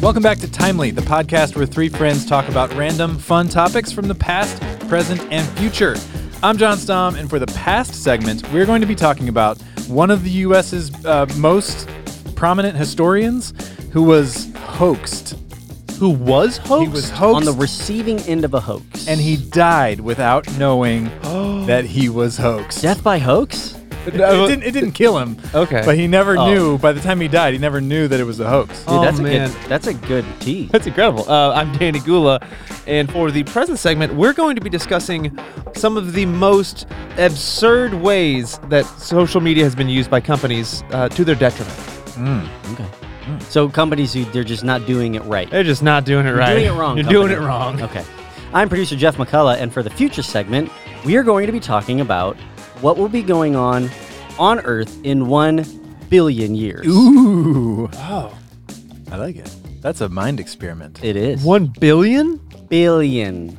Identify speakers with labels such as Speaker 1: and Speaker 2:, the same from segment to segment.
Speaker 1: Welcome back to Timely, the podcast where three friends talk about random, fun topics from the past, present, and future. I'm John Stom, and for the past segment, we're going to be talking about one of the U.S.'s uh, most prominent historians who was hoaxed,
Speaker 2: Who was hoaxed?
Speaker 1: was hoaxed.
Speaker 2: On the receiving end of a hoax.
Speaker 1: and he died without knowing that he was hoaxed.
Speaker 2: Death by hoax?
Speaker 1: It, it didn't, it didn't kill him.
Speaker 3: Okay.
Speaker 1: But he never
Speaker 2: Oh.
Speaker 1: knew, by the time he died, he never knew that it was a hoax.
Speaker 2: Dude,
Speaker 3: Oh,
Speaker 2: that's a
Speaker 3: man.
Speaker 2: good that's a good tea.
Speaker 3: That's incredible. Uh, I'm Danny Gula, and for the present segment, we're going to be discussing some of the most absurd ways that social media has been used by companies uh, to their detriment.
Speaker 2: Okay. So companies who they're just not doing it right.
Speaker 3: They're just not doing it right.
Speaker 2: You're doing it wrong.
Speaker 3: You're
Speaker 2: company.
Speaker 3: doing it wrong.
Speaker 2: Okay. I'm producer Jeff McCullough, and for the future segment, we are going to be talking about what will be going on on Earth in one billion years.
Speaker 1: Ooh. Oh. I like it. That's a mind experiment.
Speaker 2: It is
Speaker 3: One billion?
Speaker 2: billion,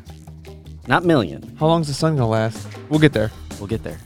Speaker 2: not million.
Speaker 3: How long's the sun gonna last? We'll get there.
Speaker 2: We'll get there.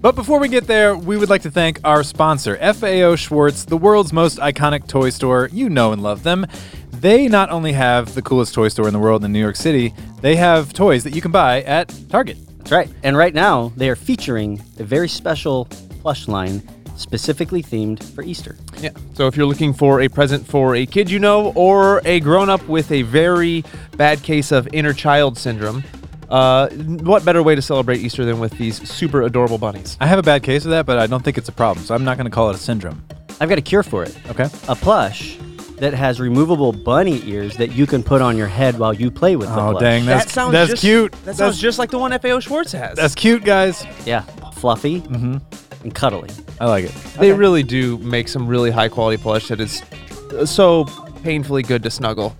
Speaker 1: But before we get there, we would like to thank our sponsor, FAO Schwartz, the world's most iconic toy store. You know and love them. They not only have the coolest toy store in the world in New York City, they have toys that you can buy at Target.
Speaker 2: That's right. And right now, they are featuring a very special plush line specifically themed for Easter.
Speaker 3: Yeah. So if you're looking for a present for a kid you know or a grown up with a very bad case of inner child syndrome, uh, what better way to celebrate Easter than with these super adorable bunnies?
Speaker 1: I have a bad case of that, but I don't think it's a problem, so I'm not going to call it a syndrome.
Speaker 2: I've got a cure for it.
Speaker 1: Okay?
Speaker 2: A plush that has removable bunny ears that you can put on your head while you play with the
Speaker 1: Oh,
Speaker 2: plush.
Speaker 1: dang. That's, that's
Speaker 3: just-
Speaker 1: cute.
Speaker 3: That sounds just like the one FAO Schwartz has.
Speaker 1: That's cute, guys.
Speaker 2: Yeah, fluffy
Speaker 3: Mm-hmm.
Speaker 2: and cuddly.
Speaker 1: I like it.
Speaker 3: They really do make some really high quality plush that is uh, so painfully good to snuggle.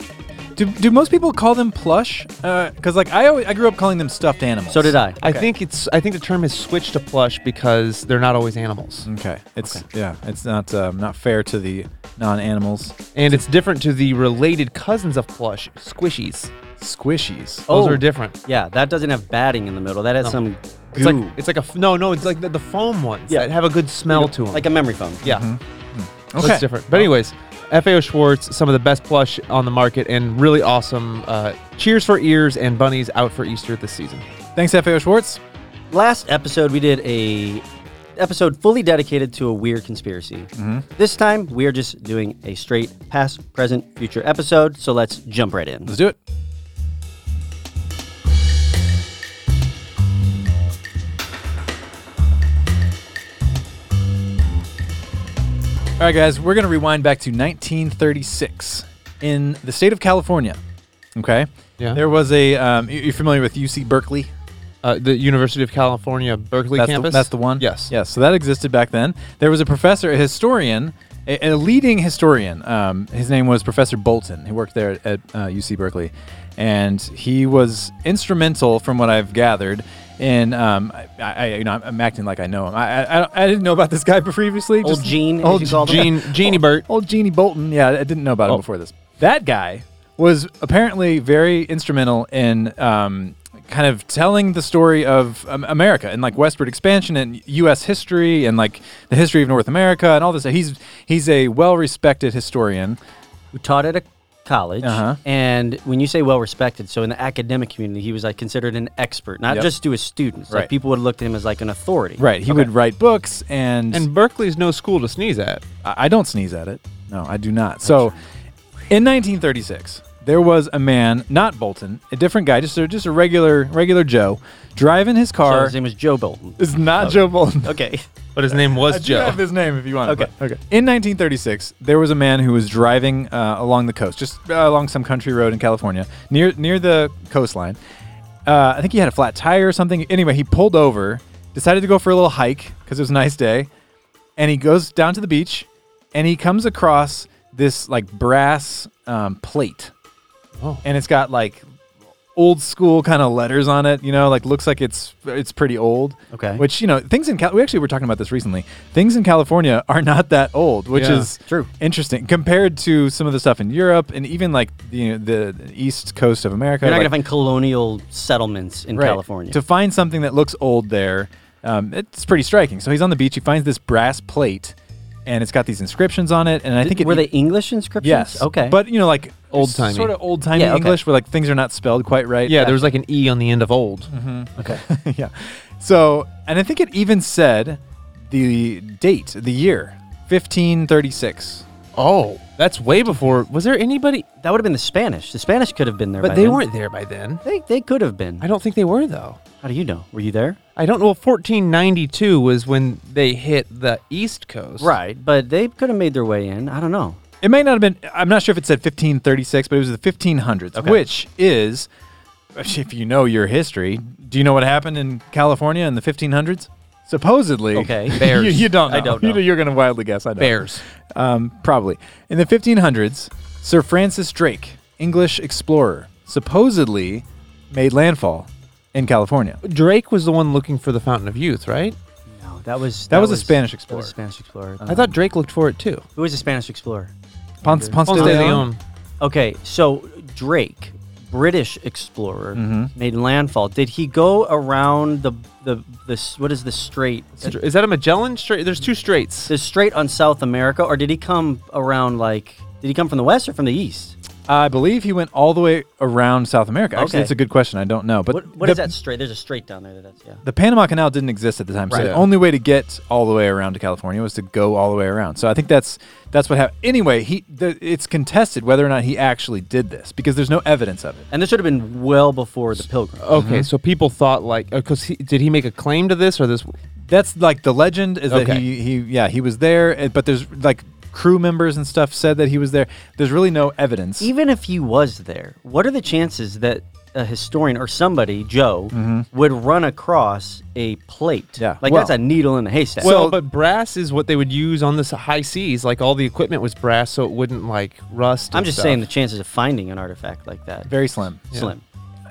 Speaker 1: Do, do most people call them plush? Because like I always, I grew up calling them stuffed animals.
Speaker 2: So did I.
Speaker 3: I think it's I think the term has switched to plush because they're not always animals.
Speaker 1: Okay, it's yeah, it's not um, not fair to the non-animals.
Speaker 3: And it's different to the related cousins of plush, squishies.
Speaker 1: Squishies.
Speaker 3: Those
Speaker 2: Oh.
Speaker 3: are different.
Speaker 2: Yeah, that doesn't have batting in the middle. That has some
Speaker 3: It's
Speaker 2: goo,
Speaker 3: like it's like a f- no no. It's like the, the foam ones
Speaker 2: Yeah.
Speaker 3: that have a good smell to them.
Speaker 2: like a memory foam.
Speaker 3: yeah,
Speaker 1: Okay.
Speaker 3: that's different. But anyways, FAO Schwartz, some of the best plush on the market and really awesome. Uh, cheers for ears and bunnies out for Easter this season.
Speaker 1: Thanks, FAO Schwartz.
Speaker 2: Last episode, we did a episode fully dedicated to a weird conspiracy.
Speaker 3: Mm-hmm.
Speaker 2: This time, we are just doing a straight past, present, future episode. So let's jump right in.
Speaker 1: Let's do it. All right, guys, we're going to rewind back to 1936 in the state of California. Okay.
Speaker 3: Yeah.
Speaker 1: There was a. Um, you- you're familiar with UC Berkeley?
Speaker 3: Uh, the University of California Berkeley
Speaker 1: that's
Speaker 3: campus.
Speaker 1: The, that's the one.
Speaker 3: Yes.
Speaker 1: Yes. So that existed back then. There was a professor, a historian, a, a leading historian. Um, his name was Professor Bolton. He worked there at uh, UC Berkeley, and he was instrumental, from what I've gathered. In um, I, I, you know, I'm, I'm acting like I know him. I, I, I don't- I didn't know about this guy previously.
Speaker 2: Old
Speaker 1: just-
Speaker 2: Gene, as
Speaker 1: Old
Speaker 2: you called him.
Speaker 3: Gene Genie Bert.
Speaker 1: Old Jeannie Bolton. Yeah, I didn't know about him before this. That guy was apparently very instrumental in um, kind of telling the story of um, America and like westward expansion and U.S. history and like the history of North America and all this. He's he's a well-respected historian.
Speaker 2: who taught at a college.
Speaker 1: Uh-huh.
Speaker 2: And when you say well respected, so in the academic community, he was like considered an expert, not
Speaker 1: Yep.
Speaker 2: just to his students.
Speaker 1: Right.
Speaker 2: Like people would look to him as like an authority.
Speaker 1: Right. He would write books and,
Speaker 3: And Berkeley's no school to sneeze at.
Speaker 1: I I don't sneeze at it. No, I do not. So, in 1936, there was a man, not Bolton, a different guy, just a, just a regular regular Joe, driving his
Speaker 2: So
Speaker 1: car.
Speaker 2: his name was Joe Bolton.
Speaker 1: It's not Joe Bolton.
Speaker 2: Okay.
Speaker 3: But his name
Speaker 1: I
Speaker 3: was
Speaker 1: do have his name if you want.
Speaker 2: Okay.
Speaker 1: but- okay. In 1936, there was a man who was driving uh, along the coast, just uh, along some country road in California, near near the coastline. Uh, I think he had a flat tire or something. Anyway, he pulled over, decided to go for a little hike because it was a nice day, and he goes down to the beach, and he comes across this like brass um, plate,
Speaker 3: Oh.
Speaker 1: and it's got like old school kind of letters on it. You know, like looks like it's it's pretty old.
Speaker 2: Okay.
Speaker 1: Which you know things in Cal- we actually were talking about this recently. Things in California are not that old, which
Speaker 3: Yeah.
Speaker 1: is
Speaker 2: True.
Speaker 1: interesting compared to some of the stuff in Europe and even like you know, the East Coast of America.
Speaker 2: You're not
Speaker 1: like-
Speaker 2: going to find colonial settlements in
Speaker 1: Right.
Speaker 2: California.
Speaker 1: To find something that looks old there, um, it's pretty striking. So he's on the beach. He finds this brass plate, and it's got these inscriptions on it. And I think it e
Speaker 2: Were they English inscriptions?
Speaker 1: yes,
Speaker 2: Okay.
Speaker 1: but you know, like
Speaker 3: Old-timey.
Speaker 1: sort of old timey
Speaker 2: Yeah, okay.
Speaker 1: English, where like things are not spelled quite right.
Speaker 3: Yeah, there was like an E on the end of old.
Speaker 1: Mm-hmm.
Speaker 2: okay.
Speaker 1: yeah. So, and I think it even said the date, the year, 1536.
Speaker 3: Oh, that's way before. Was there anybody?
Speaker 2: That would have been the Spanish. The Spanish could have been there,
Speaker 3: But
Speaker 2: by
Speaker 3: they
Speaker 2: then.
Speaker 3: weren't there by then.
Speaker 2: They, they could have been.
Speaker 3: I don't think they were though.
Speaker 2: How do you know? Were you there?
Speaker 3: I don't know. 1492 was when they hit the East Coast.
Speaker 2: Right, but they could have made their way in. I don't know.
Speaker 1: It may not have been. I'm not sure if it said 1536, but it was the 1500s, which is, if you know your history, do you know what happened in California in the 1500s? Supposedly,
Speaker 2: Okay.
Speaker 1: you-
Speaker 3: Bears.
Speaker 1: You, don't. Know.
Speaker 2: I don't know.
Speaker 1: You, you're going to wildly guess. I don't.
Speaker 3: Bears.
Speaker 1: Um, probably in the 1500s, Sir Francis Drake, English explorer, supposedly made landfall in California.
Speaker 3: Drake was the one looking for the Fountain of Youth, right?
Speaker 2: No, that was
Speaker 1: That was a Spanish
Speaker 2: that was a
Speaker 1: explorer.
Speaker 2: Spanish explorer.
Speaker 3: I thought Drake looked for it too.
Speaker 2: Who was a Spanish explorer?
Speaker 1: Ponce, Ponce,
Speaker 3: Ponce de Leon.
Speaker 2: Okay, so Drake, British explorer,
Speaker 1: Mm-hmm.
Speaker 2: made landfall. Did he go around the the this what is the strait?
Speaker 3: Is that a Magellan Strait? There's two straits.
Speaker 2: The strait on South America, or did he come around like? Did he come from the west or from the east?
Speaker 1: I believe he went all the way around South America. Actually,
Speaker 2: Okay.
Speaker 1: that's a good question. I don't know, but
Speaker 2: What, what
Speaker 1: the,
Speaker 2: is that strait? There's a strait down there. That that's yeah.
Speaker 1: The Panama Canal didn't exist at the time, so
Speaker 3: Right.
Speaker 1: the only way to get all the way around to California was to go all the way around. So I think that's that's what happened. Anyway, he the, it's contested whether or not he actually did this because there's no evidence of it.
Speaker 2: And this should have been well before the pilgrim.
Speaker 1: Oh.
Speaker 3: Okay, so people thought like, because he, did he make a claim to this or this?
Speaker 1: That's like the legend is that
Speaker 3: Okay.
Speaker 1: he he yeah he was there, eh, but there's like crew members and stuff said that he was there. There's really no evidence.
Speaker 2: Even if he was there, what are the chances that a historian or somebody, Joe, would run across a plate?
Speaker 1: Mm-hmm. Yeah.
Speaker 2: Like
Speaker 1: Well-
Speaker 2: that's a needle in a haystack.
Speaker 3: Well, but brass is what they would use on the s- high seas. Like all the equipment was brass, so it wouldn't like rust.
Speaker 2: I'm
Speaker 3: and
Speaker 2: just
Speaker 3: stuff.
Speaker 2: saying the chances of finding an artifact like that
Speaker 1: Very slim.
Speaker 2: slim.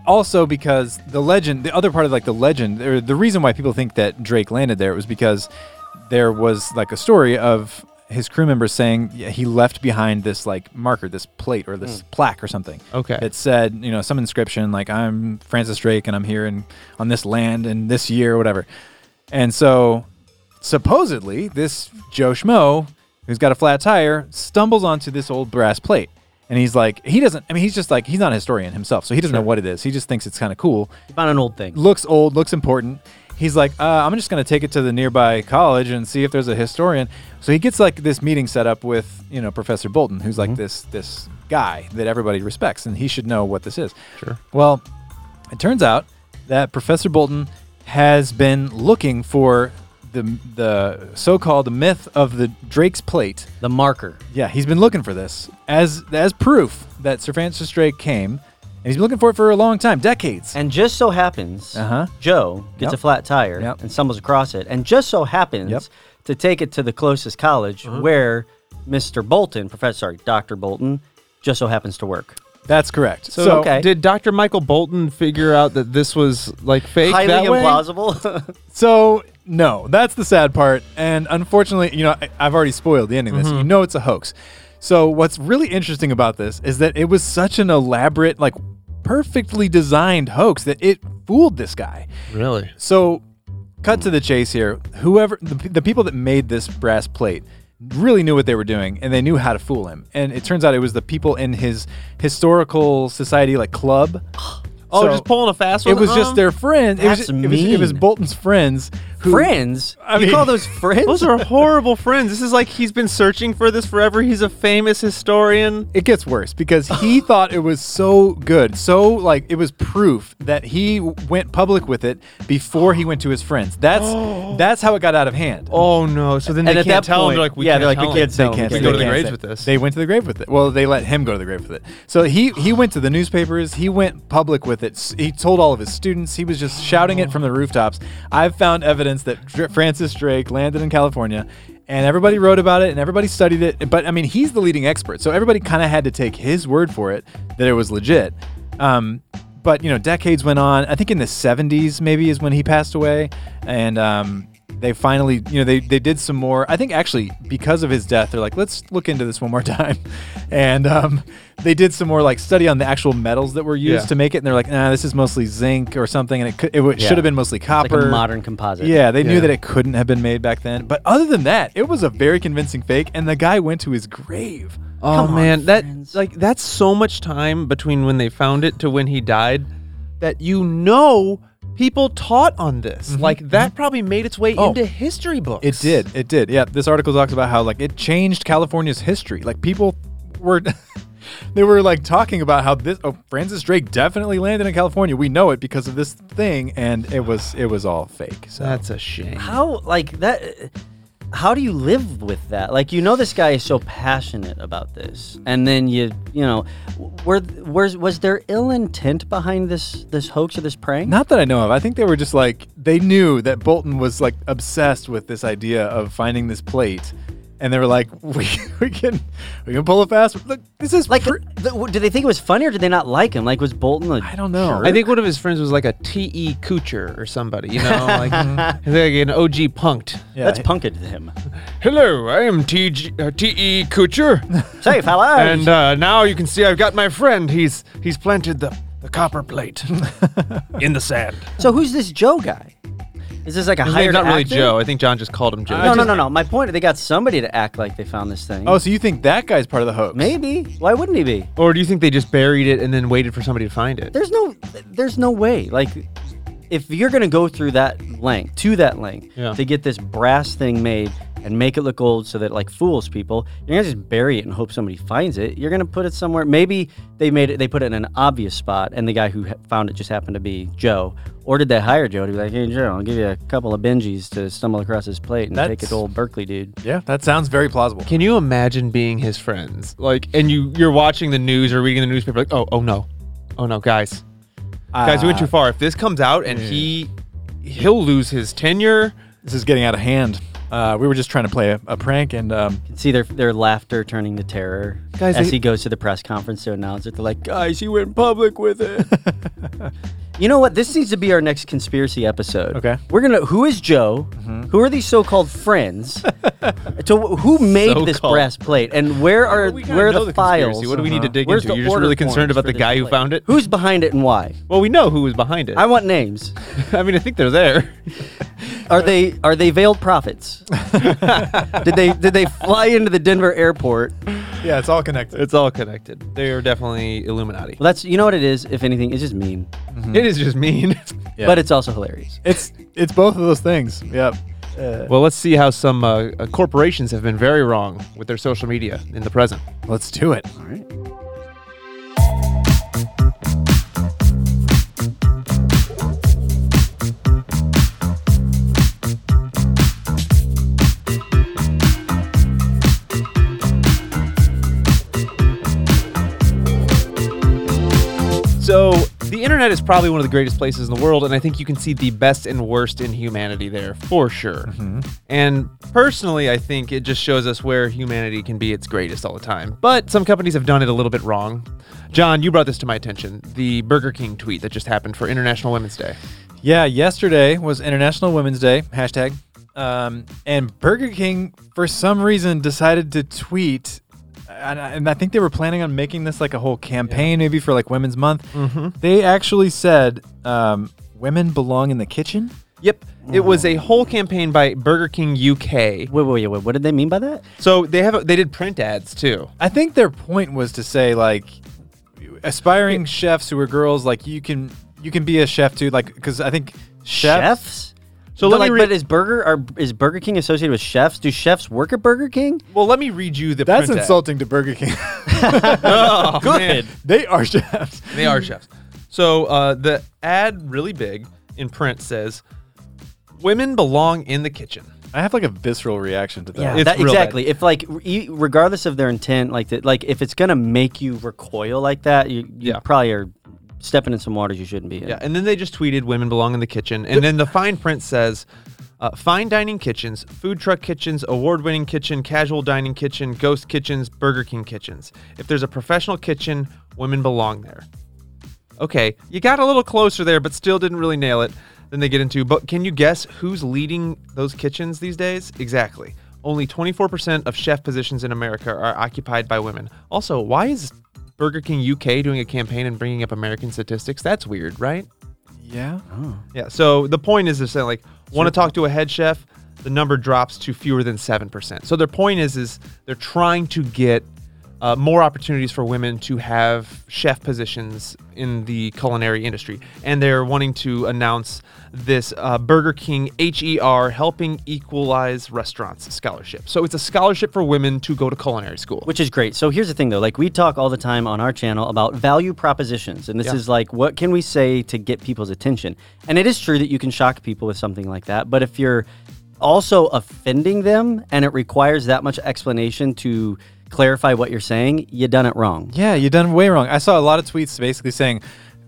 Speaker 1: also because the legend the other part of like the legend or the reason why people think that drake landed there was because there was like a story of his crew members saying yeah, he left behind this like marker this plate or this plaque or something
Speaker 3: Okay.
Speaker 1: that said you know some inscription like i'm francis drake and i'm here and on this land and this year or whatever and so supposedly this Joe Schmo, who's got a flat tire, stumbles onto this old brass plate. And he's like, he doesn't, I mean, he's just like, he's not a historian himself, so he doesn't know what it is. He just thinks it's kind of cool.
Speaker 2: He found an old thing.
Speaker 1: Looks old, looks important. He's like, uh, I'm just going to take it to the nearby college and see if there's a historian. So he gets like this meeting set up with, you know, Professor Bolton, who's like this, this guy that everybody respects, and he should know what this is.
Speaker 3: Sure.
Speaker 1: Well, it turns out that Professor Bolton has been looking for the the so-called myth of the Drake's plate.
Speaker 2: The marker.
Speaker 1: Yeah, he's been looking for this as as proof that Sir Francis Drake came, and he's been looking for it for a long time, decades.
Speaker 2: And just so happens,
Speaker 1: Uh-huh.
Speaker 2: Joe gets
Speaker 1: Yep.
Speaker 2: a flat tire
Speaker 1: Yep.
Speaker 2: and stumbles across it, and just so happens
Speaker 1: Yep. Uh-huh.
Speaker 2: to take it to the closest college where Mr. Bolton, Professor, sorry, Dr. Bolton, just so happens to work.
Speaker 1: That's correct.
Speaker 3: So,
Speaker 1: So-
Speaker 2: okay.
Speaker 3: did Dr. Michael Bolton figure out that this was like fake?
Speaker 2: Highly
Speaker 3: that way?
Speaker 2: implausible.
Speaker 1: So no, that's the sad part, and unfortunately, you know, I, I've already spoiled the ending. Of this,
Speaker 3: Mm-hmm.
Speaker 1: you know, it's a hoax. So what's really interesting about this is that it was such an elaborate, like, perfectly designed hoax that it fooled this guy.
Speaker 3: Really?
Speaker 1: So, cut to the chase here. Whoever the, pe- the people that made this brass plate really knew what they were doing and they knew how to fool him. And it turns out it was the people in his historical society like club.
Speaker 3: Oh,
Speaker 1: So
Speaker 3: just pulling a fast one.
Speaker 1: It was
Speaker 3: Um,
Speaker 1: just their friends. It was,
Speaker 2: that's
Speaker 1: it was- it was
Speaker 2: mean.
Speaker 1: Bolton's friends who
Speaker 2: friends?
Speaker 1: I
Speaker 2: you
Speaker 1: mean-
Speaker 2: call those friends?
Speaker 3: Those are horrible friends. This is like he's been searching for this forever. He's a famous historian.
Speaker 1: it gets worse because he thought it was so good, so like it was proof that he w- went public with it before he went to his friends. That's that's how it got out of hand.
Speaker 3: Oh no! So then
Speaker 2: And
Speaker 3: they
Speaker 2: at
Speaker 3: can't
Speaker 2: that
Speaker 3: tell him.
Speaker 2: point-
Speaker 3: They're like, we
Speaker 2: yeah,
Speaker 3: can't
Speaker 2: they're like, we
Speaker 3: tell
Speaker 2: can't
Speaker 3: him.
Speaker 2: say-
Speaker 1: They can't
Speaker 2: We
Speaker 1: say-
Speaker 3: go to
Speaker 1: they
Speaker 3: the
Speaker 1: can't
Speaker 3: graves
Speaker 1: say.
Speaker 3: with this.
Speaker 1: They went to the grave with it. Well, they let him go to the grave with it. So he he went to the newspapers. He went public with it. S- He told all of his students. He was just shouting it from the rooftops. I've found evidence that Dr- Francis Drake landed in California, and everybody wrote about it and everybody studied it. But I mean, he's the leading expert, so everybody kind of had to take his word for it that it was legit. Um, But you know, decades went on. I think in the 70s maybe is when he passed away, and um, they finally, you know, they they did some more. I think actually because of his death, they're like, let's look into this one more time, and um, they did some more like study on the actual metals that were used
Speaker 3: Yeah.
Speaker 1: to make it, and they're like, nah, this is mostly zinc or something, and it could, it w-
Speaker 2: Yeah.
Speaker 1: should have been mostly
Speaker 2: Like
Speaker 1: copper.
Speaker 2: a modern composite.
Speaker 1: Yeah, they
Speaker 3: Yeah.
Speaker 1: knew that it couldn't have been made back then. But other than that, it was a very convincing fake, and the guy went to his grave.
Speaker 3: Oh
Speaker 2: Come on,
Speaker 3: man, that
Speaker 2: friends.
Speaker 3: like that's so much time between when they found it to when he died that you know people taught on this. Like that probably made its way
Speaker 1: Oh.
Speaker 3: into history books.
Speaker 1: It did. It did. Yeah. This article talks about how like it changed California's history. Like people were they were like talking about how this oh Francis Drake definitely landed in California. We know it because of this thing and it was it was all fake. So
Speaker 3: That's a shame.
Speaker 2: How like that? How do you live with that? Like you know, this guy is so passionate about this, and then you you know, were was was there ill intent behind this this hoax or this prank?
Speaker 1: Not that I know of. I think they were just like they knew that Bolton was like obsessed with this idea of finding this plate, and they were like, "We, we can we can pull it fast." Look, this is
Speaker 2: Like,
Speaker 1: pre-
Speaker 2: th- w- did they think it was funny or did they not like him? Like, was Bolton? I
Speaker 1: I don't know.
Speaker 3: I think one of his friends was like a T.E. Kucher or somebody, you know, like, like an OG punked.
Speaker 1: Yeah,
Speaker 2: That's
Speaker 1: he-
Speaker 2: punked him.
Speaker 3: Hello, I am T.G. Uh, T.E. Kucher.
Speaker 2: Say, fella.
Speaker 3: And uh, now you can see I've got my friend. He's he's planted the, the copper plate in the sand.
Speaker 2: so who's this Joe guy? Is this like a
Speaker 3: His
Speaker 2: hired
Speaker 3: name's not really
Speaker 2: actor?
Speaker 3: Joe. I think John just called him Joe.
Speaker 2: No, no, no, no. My point, they got somebody to act like they found this thing.
Speaker 1: Oh, so you think that guy's part of the hoax?
Speaker 2: maybe. Why wouldn't he be?
Speaker 3: Or do you think they just buried it and then waited for somebody to find it?
Speaker 2: there's no there's no way like if you're gonna go through that length to that length
Speaker 3: Yeah.
Speaker 2: to get this brass thing made and make it look old so that it, like fools people you're gonna just bury it and hope somebody finds it you're gonna put it somewhere maybe they made it they put it in an obvious spot and the guy who ha- found it just happened to be joe or did they hire joe to be like hey joe i'll give you a couple of benjis to stumble across his plate and take it
Speaker 1: That's-
Speaker 2: to old berkeley dude
Speaker 1: Yeah, that sounds very plausible.
Speaker 3: Can you imagine being his friends? Like, and you you're watching the news or reading the newspaper. Like, oh oh no, oh no, guys, guys, we
Speaker 2: Ah.
Speaker 3: went too far. If this comes out and he he'll lose his tenure.
Speaker 1: This is getting out of hand. Uh, we were just trying to play a, a prank, and um,
Speaker 2: see their their laughter turning to terror
Speaker 3: Guys,
Speaker 2: as
Speaker 3: they-
Speaker 2: he goes to the press conference to announce it. They're like, "Guys, he went public with it." you know what? This needs to be our next conspiracy episode.
Speaker 1: Okay.
Speaker 2: we're gonna. Who is Joe?
Speaker 3: Mm-hmm.
Speaker 2: Who are these so-called friends? to who made this
Speaker 3: So-called.
Speaker 2: brass plate, and where are
Speaker 3: We gotta
Speaker 2: where are
Speaker 3: know
Speaker 2: the, files?
Speaker 3: conspiracy. What do we need to
Speaker 1: Uh-huh.
Speaker 3: dig
Speaker 2: Where's
Speaker 3: into?
Speaker 2: the
Speaker 3: You're just
Speaker 2: order
Speaker 3: really
Speaker 2: forms
Speaker 3: concerned about
Speaker 2: for
Speaker 3: the
Speaker 2: this
Speaker 3: guy who
Speaker 2: plate?
Speaker 3: found it.
Speaker 2: Who's behind it and why?
Speaker 3: Well, we know who was behind it.
Speaker 2: I
Speaker 3: I
Speaker 2: want names.
Speaker 3: mean, I think they're there.
Speaker 2: Are they are they veiled prophets? did they did they fly into the Denver airport
Speaker 1: yeah, it's all connected.
Speaker 3: It's all connected. They are definitely Illuminati.
Speaker 2: Well, that's you know what it is. If anything, it's just mean,
Speaker 3: It is just mean.
Speaker 1: Yeah.
Speaker 2: but it's also hilarious.
Speaker 1: It's it's both of those things. Yep. Uh,
Speaker 3: well, let's see how some uh, uh, corporations have been very wrong with their social media in the present.
Speaker 1: let's do it.
Speaker 2: All right.
Speaker 3: So, the internet is probably one of the greatest places in the world, and I think you can see the best and worst in humanity there for sure. And personally, I think it just shows us where humanity can be its greatest all the time. But some companies have done it a little bit wrong. John, you brought this to my attention the Burger King tweet that just happened for International Women's Day.
Speaker 1: Yeah, yesterday was International Women's Day hashtag, um, and Burger King for some reason decided to tweet, and I, and I think they were planning on making this like a whole campaign, maybe for like Women's Month. They actually said, um, "Women belong in the kitchen."
Speaker 3: Yep, it was a whole campaign by Burger King UK.
Speaker 2: Wait, wait, wait. What did they mean by that?
Speaker 3: So they have a, they did print ads too.
Speaker 1: I think their point was to say like aspiring chefs who are girls like you can you can be a chef too like because I think chefs,
Speaker 2: Chefs.
Speaker 3: So
Speaker 2: So
Speaker 3: let
Speaker 2: like,
Speaker 3: me
Speaker 2: but
Speaker 3: read.
Speaker 2: is Burger are is Burger King associated with chefs? Do chefs work at Burger King?
Speaker 3: Well, let me read you the.
Speaker 1: that's
Speaker 3: print ad.
Speaker 1: insulting to Burger King
Speaker 3: Oh,
Speaker 2: Good.
Speaker 3: man.
Speaker 1: they are chefs
Speaker 3: They are chefs. So uh, the ad, really big in print, says, "Women belong in the kitchen."
Speaker 1: I have like a visceral reaction to that
Speaker 3: It's
Speaker 2: That-
Speaker 3: real bad.
Speaker 2: exactly. If like re- regardless of their intent, like that, like if it's gonna make you recoil like that, you, you
Speaker 3: Yeah.
Speaker 2: probably are stepping in some waters you shouldn't be in.
Speaker 3: Yeah, and then they just tweeted, "Women belong in the kitchen," and then the fine print says. Uh, fine dining kitchens, food truck kitchens, award winning kitchen, casual dining kitchen, ghost kitchens, Burger King kitchens. If there's a professional kitchen, women belong there. Okay, you got a little closer there, but still didn't really nail it. Then they get into, but can you guess who's leading those kitchens these days? Exactly. Only 24% of chef positions in America are occupied by women. Also, why is Burger King UK doing a campaign and bringing up American statistics? That's weird, right?
Speaker 1: Yeah. Oh.
Speaker 3: Yeah. So the point is, they're saying like, want to talk to a head chef. The number drops to fewer than seven percent. So their point is, is they're trying to get uh, more opportunities for women to have chef positions in the culinary industry, and they're wanting to announce this uh, Burger King HER Helping Equalize Restaurants scholarship. So it's a scholarship for women to go to culinary school.
Speaker 2: Which is great. So here's the thing, though. Like we talk all the time on our channel about value propositions, and this
Speaker 3: Yeah.
Speaker 2: is like, what can we say to get people's attention? And it is true that you can shock people with something like that, but if you're also offending them and it requires that much explanation to clarify what you're saying, you done it wrong.
Speaker 1: Yeah, you done way wrong. I saw a lot of tweets basically saying,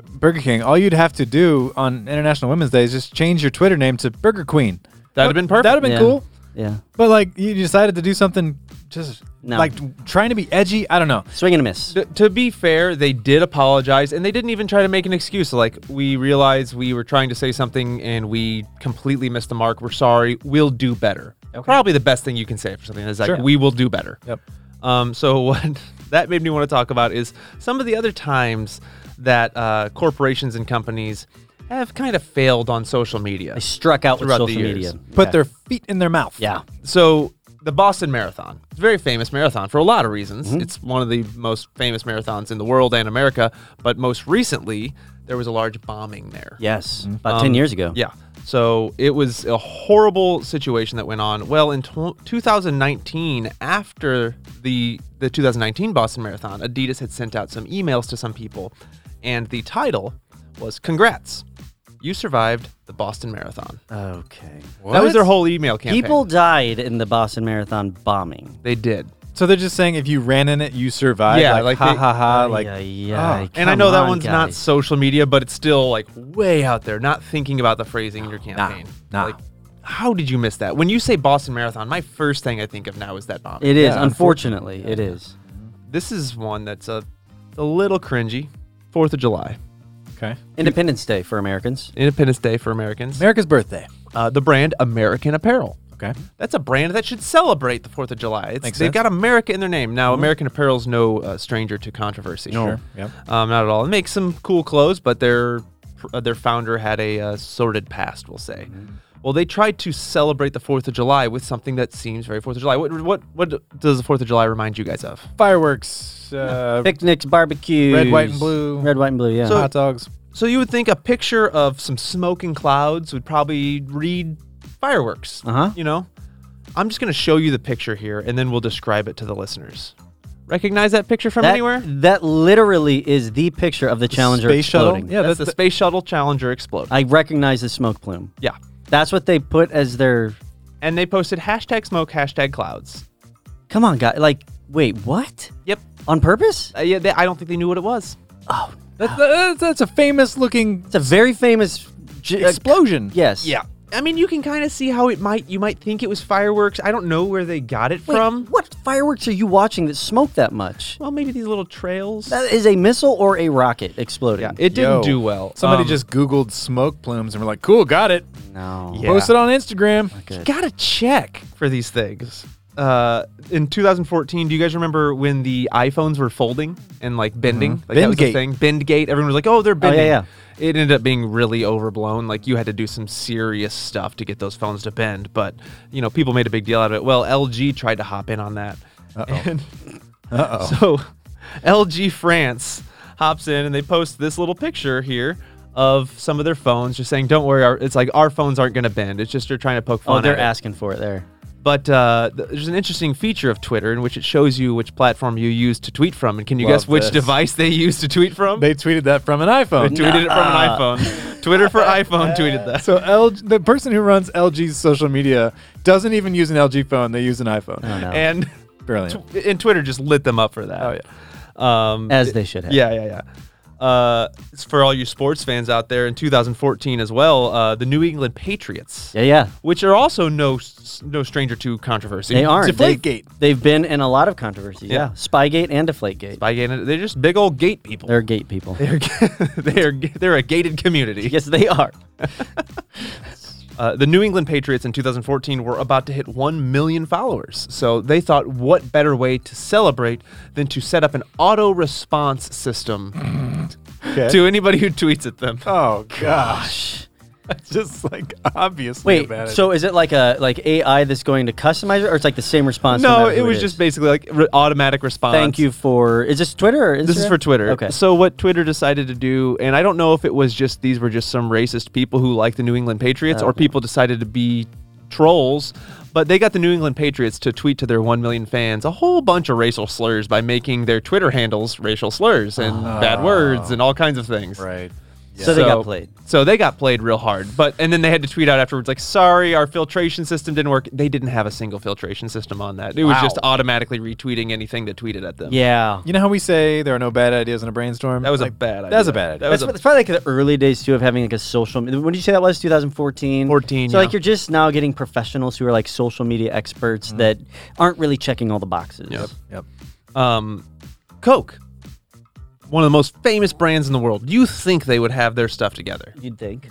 Speaker 1: Burger King, all you'd have to do on International Women's Day is just change your Twitter name to Burger Queen.
Speaker 3: That'd have been perfect.
Speaker 1: That'd have been
Speaker 2: Yeah.
Speaker 1: cool.
Speaker 2: Yeah.
Speaker 1: But like, you decided to do something just
Speaker 2: No.
Speaker 1: like trying to be edgy. I don't know.
Speaker 2: Swing and a miss.
Speaker 3: Th- to be fair, they did apologize and they didn't even try to make an excuse. Like, we realized we were trying to say something and we completely missed the mark. We're sorry. We'll do better. Probably the best thing you can say for something is like,
Speaker 1: Sure.
Speaker 3: we will do better.
Speaker 1: Yep.
Speaker 3: Um, so, what that made me want to talk about is some of the other times that uh, corporations and companies have kind of failed on social media.
Speaker 2: I struck out with
Speaker 3: Throughout the
Speaker 2: social
Speaker 3: years.
Speaker 2: media.
Speaker 1: Put
Speaker 2: yeah.
Speaker 1: their feet in their mouth.
Speaker 2: yeah.
Speaker 3: so the Boston Marathon, it's a very famous marathon for a lot of reasons. It's one of the most famous marathons in the world and America. But most recently, there was a large bombing there.
Speaker 2: Yes. About ten years ago.
Speaker 3: Mm-hmm. Um, Yeah. So it was a horrible situation that went on. Well, in tw 2019, after the the 2019 Boston Marathon, Adidas had sent out some emails to some people, and the title was "Congrats, you survived the Boston Marathon."
Speaker 2: Okay.
Speaker 3: That was
Speaker 1: What?
Speaker 3: their whole email campaign.
Speaker 2: People died in the Boston Marathon bombing.
Speaker 3: they did.
Speaker 1: So they're just saying if you ran in it, you survived.
Speaker 3: Yeah,
Speaker 1: Like,
Speaker 3: Ah, like
Speaker 1: ha
Speaker 3: they-
Speaker 1: ha ha.
Speaker 2: Ay,
Speaker 1: Like
Speaker 2: ay,
Speaker 1: oh.
Speaker 2: ay,
Speaker 3: And I
Speaker 2: come
Speaker 3: know that
Speaker 2: on,
Speaker 3: one's not
Speaker 2: guys.
Speaker 3: social media, but it's still like way out there. Not thinking about the phrasing in your campaign.
Speaker 1: nah.
Speaker 3: Like, how did you miss that? When you say Boston Marathon, my first thing I think of now is that bombing.
Speaker 2: It is,
Speaker 1: Yeah,
Speaker 2: unfortunately, it is.
Speaker 3: This is one that's a, a little cringy. Fourth of July,
Speaker 1: okay.
Speaker 2: Independence Day for Americans.
Speaker 3: Independence Day for Americans.
Speaker 1: America's birthday.
Speaker 3: Uh, the brand American Apparel.
Speaker 1: Okay.
Speaker 3: That's a brand that should celebrate the Fourth of July. It's,
Speaker 1: Makes
Speaker 3: they've
Speaker 1: sense.
Speaker 3: got America in their name. Now, American Apparel's no uh, stranger to controversy.
Speaker 1: No. Sure, yep.
Speaker 3: um, not at all. It makes some cool clothes, but their uh, their founder had a uh, sordid past, we'll say.
Speaker 1: Mm-hmm.
Speaker 3: Well, they tried to celebrate the Fourth of July with something that seems very Fourth of July. What what what does the Fourth of July remind you guys of?
Speaker 1: Fireworks. Uh,
Speaker 2: Picnics, barbecues.
Speaker 1: Red, white, and blue.
Speaker 2: Red, white, and blue, yeah.
Speaker 1: hot dogs.
Speaker 3: So you would think a picture of some smoking clouds would probably read fireworks.
Speaker 2: Uh-huh.
Speaker 3: You know, I'm just gonna show you the picture here, and then we'll describe it to the listeners. Recognize that picture from
Speaker 2: that,
Speaker 3: anywhere?
Speaker 2: That literally is the picture of the Challenger
Speaker 1: Space shuttle?
Speaker 2: exploding.
Speaker 1: Yeah, that's
Speaker 3: that's, the,
Speaker 1: the-
Speaker 3: space shuttle Challenger explode.
Speaker 2: I recognize the smoke plume.
Speaker 3: yeah,
Speaker 2: That's what they put as their.
Speaker 3: and they posted hashtag smoke hashtag clouds.
Speaker 2: Come on, guy. Like, wait, what?
Speaker 3: Yep.
Speaker 2: On purpose?
Speaker 3: Uh, yeah, they, I don't think they knew what it was.
Speaker 2: Oh,
Speaker 1: That's, that's, that's a famous looking
Speaker 2: it's a very famous j-
Speaker 1: explosion.
Speaker 2: Yes.
Speaker 3: I mean, you can kind of see how it might. You might think it was fireworks. I don't know where they got it
Speaker 2: Wait,
Speaker 3: from.
Speaker 2: what fireworks are you watching that smoke that much?
Speaker 3: Well, maybe these little trails.
Speaker 2: That is a missile or a rocket exploding.
Speaker 3: yeah, it didn't
Speaker 1: Yo.
Speaker 3: do well.
Speaker 1: Somebody
Speaker 3: Um,
Speaker 1: just Googled smoke plumes and were like, cool, got it.
Speaker 2: no.
Speaker 3: Yeah.
Speaker 1: Post it on Instagram.
Speaker 2: Good.
Speaker 3: gotta check for these things. Uh, in 2014, do you guys remember when the iPhones were folding and like bending? Like that was the
Speaker 1: Bendgate.
Speaker 3: thing. Bendgate. Everyone was like, "Oh, they're bending."
Speaker 2: Mm-hmm. yeah.
Speaker 3: It ended up being really overblown. Like you had to do some serious stuff to get those phones to bend. But you know, people made a big deal out of it. Well, LG tried to hop in on that, and so LG France hops in and they post this little picture here. Of some of their phones, just saying, "Don't worry, our, it's like our phones aren't going to bend. It's just they're trying to poke fun."
Speaker 2: Oh, they're
Speaker 3: at it.
Speaker 2: asking for it there.
Speaker 3: But uh, th- there's an interesting feature of Twitter in which it shows you which platform you use to tweet from. And can you
Speaker 1: Love
Speaker 3: guess which
Speaker 1: this.
Speaker 3: device they use to tweet from?
Speaker 1: They tweeted that from an iPhone.
Speaker 3: tweeted it from an iPhone. Twitter for iPhone tweeted that.
Speaker 1: So LG, the person who runs LG's social media doesn't even use an LG phone; they use an iPhone.
Speaker 2: no.
Speaker 3: And
Speaker 1: Brilliant.
Speaker 3: tw- and Twitter just lit them up for that.
Speaker 1: Oh,
Speaker 3: yeah. Um,
Speaker 2: As they should have.
Speaker 3: Yeah, yeah, yeah. uh, for all you sports fans out there in 2014 as well, uh, the New England Patriots,
Speaker 2: Yeah, yeah.
Speaker 3: which are also no s- no stranger to controversy.
Speaker 2: They aren't.
Speaker 1: Deflategate.
Speaker 2: They've, they've been in a lot of controversies. Yeah. Spygate and Deflategate.
Speaker 3: By getting, they're just big old gate people.
Speaker 2: They're gate people.
Speaker 3: They're they're they're a gated community.
Speaker 2: yes, they are.
Speaker 3: Uh, the New England Patriots in 2014 were about to hit 1 million followers. So they thought, what better way to celebrate than to set up an auto response system to anybody who tweets at them?
Speaker 1: oh gosh, just like obviously.
Speaker 2: Wait, so is it like a like AI that's going to customize it, or it's like the same response?
Speaker 3: No,
Speaker 2: matter
Speaker 3: it
Speaker 2: who
Speaker 3: was
Speaker 2: is?
Speaker 3: just basically like re- automatic response.
Speaker 2: Thank you for. Is this Twitter or Instagram?
Speaker 3: This is for Twitter.
Speaker 2: Okay.
Speaker 3: So what Twitter decided to do, and I don't know if it was just these were just some racist people who like the New England Patriots, or people decided to be trolls, but they got the New England Patriots to tweet to their one million fans a whole bunch of racial slurs by making their Twitter handles racial slurs and bad words and all kinds of things.
Speaker 1: Oh. right. Yeah.
Speaker 2: So they got played.
Speaker 3: So they got played real hard, but and then they had to tweet out afterwards like, "Sorry, our filtration system didn't work." They didn't have a single filtration system on that. It was
Speaker 1: Wow.
Speaker 3: just automatically retweeting anything that tweeted at them.
Speaker 2: Yeah.
Speaker 1: you know how we say there are no bad ideas in a brainstorm?
Speaker 3: That was a
Speaker 1: Like,
Speaker 3: bad idea.
Speaker 1: That was a bad idea.
Speaker 3: That was
Speaker 2: That's,
Speaker 3: a
Speaker 2: that's probably like the early days too of having like a social. When did you say that was? 2014.
Speaker 3: 14,
Speaker 2: So
Speaker 3: yeah.
Speaker 2: like you're just now getting professionals who are like social media experts that aren't really checking all the boxes.
Speaker 3: Yep.
Speaker 1: Yep.
Speaker 3: um, Coke, one of the most famous brands in the world. You think they would have their stuff together?
Speaker 2: You'd think.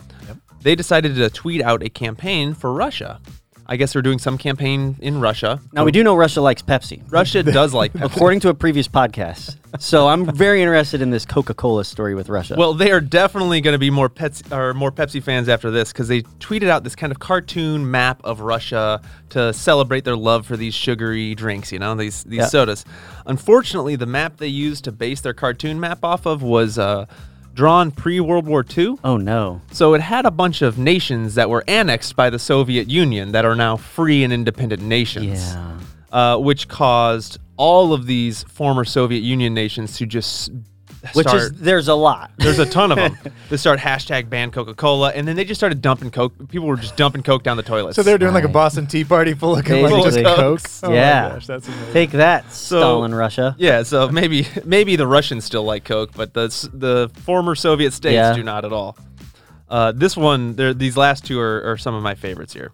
Speaker 3: They decided to tweet out a campaign for Russia. I guess they're doing some campaign in Russia.
Speaker 2: Now we do know Russia likes Pepsi,
Speaker 3: Russia does like Pepsi.
Speaker 2: according to a previous podcast. So I'm very interested in this Coca-Cola story with Russia.
Speaker 3: Well, they are definitely going to be more Pepsi or more Pepsi fans after this because they tweeted out this kind of cartoon map of Russia to celebrate their love for these sugary drinks. You know, these these
Speaker 2: Yeah.
Speaker 3: sodas. Unfortunately, the map they used to base their cartoon map off of was uh, drawn pre World War II.
Speaker 2: oh no.
Speaker 3: So it had a bunch of nations that were annexed by the Soviet Union that are now free and independent nations,
Speaker 2: Yeah.
Speaker 3: uh, which caused all of these former Soviet Union nations to just s-
Speaker 2: Which
Speaker 3: start.
Speaker 2: is there's a lot.
Speaker 3: there's a ton of them. They start hashtag ban Coca Cola, and then they just started dumping Coke. People were just dumping Coke down the toilets.
Speaker 1: So they're doing like a
Speaker 2: Right.
Speaker 1: Boston Tea Party full of
Speaker 2: Basically.
Speaker 1: like, just
Speaker 2: Full of
Speaker 1: Coke.
Speaker 3: Cokes.
Speaker 1: Oh
Speaker 2: yeah.
Speaker 1: my gosh, that's amazing.
Speaker 2: Take that, Stalin Russia.
Speaker 3: yeah. So maybe maybe the Russians still like Coke, but the s- the former Soviet states
Speaker 2: Yeah.
Speaker 3: do not at all. Uh, this one, there- these last two are, are some of my favorites here.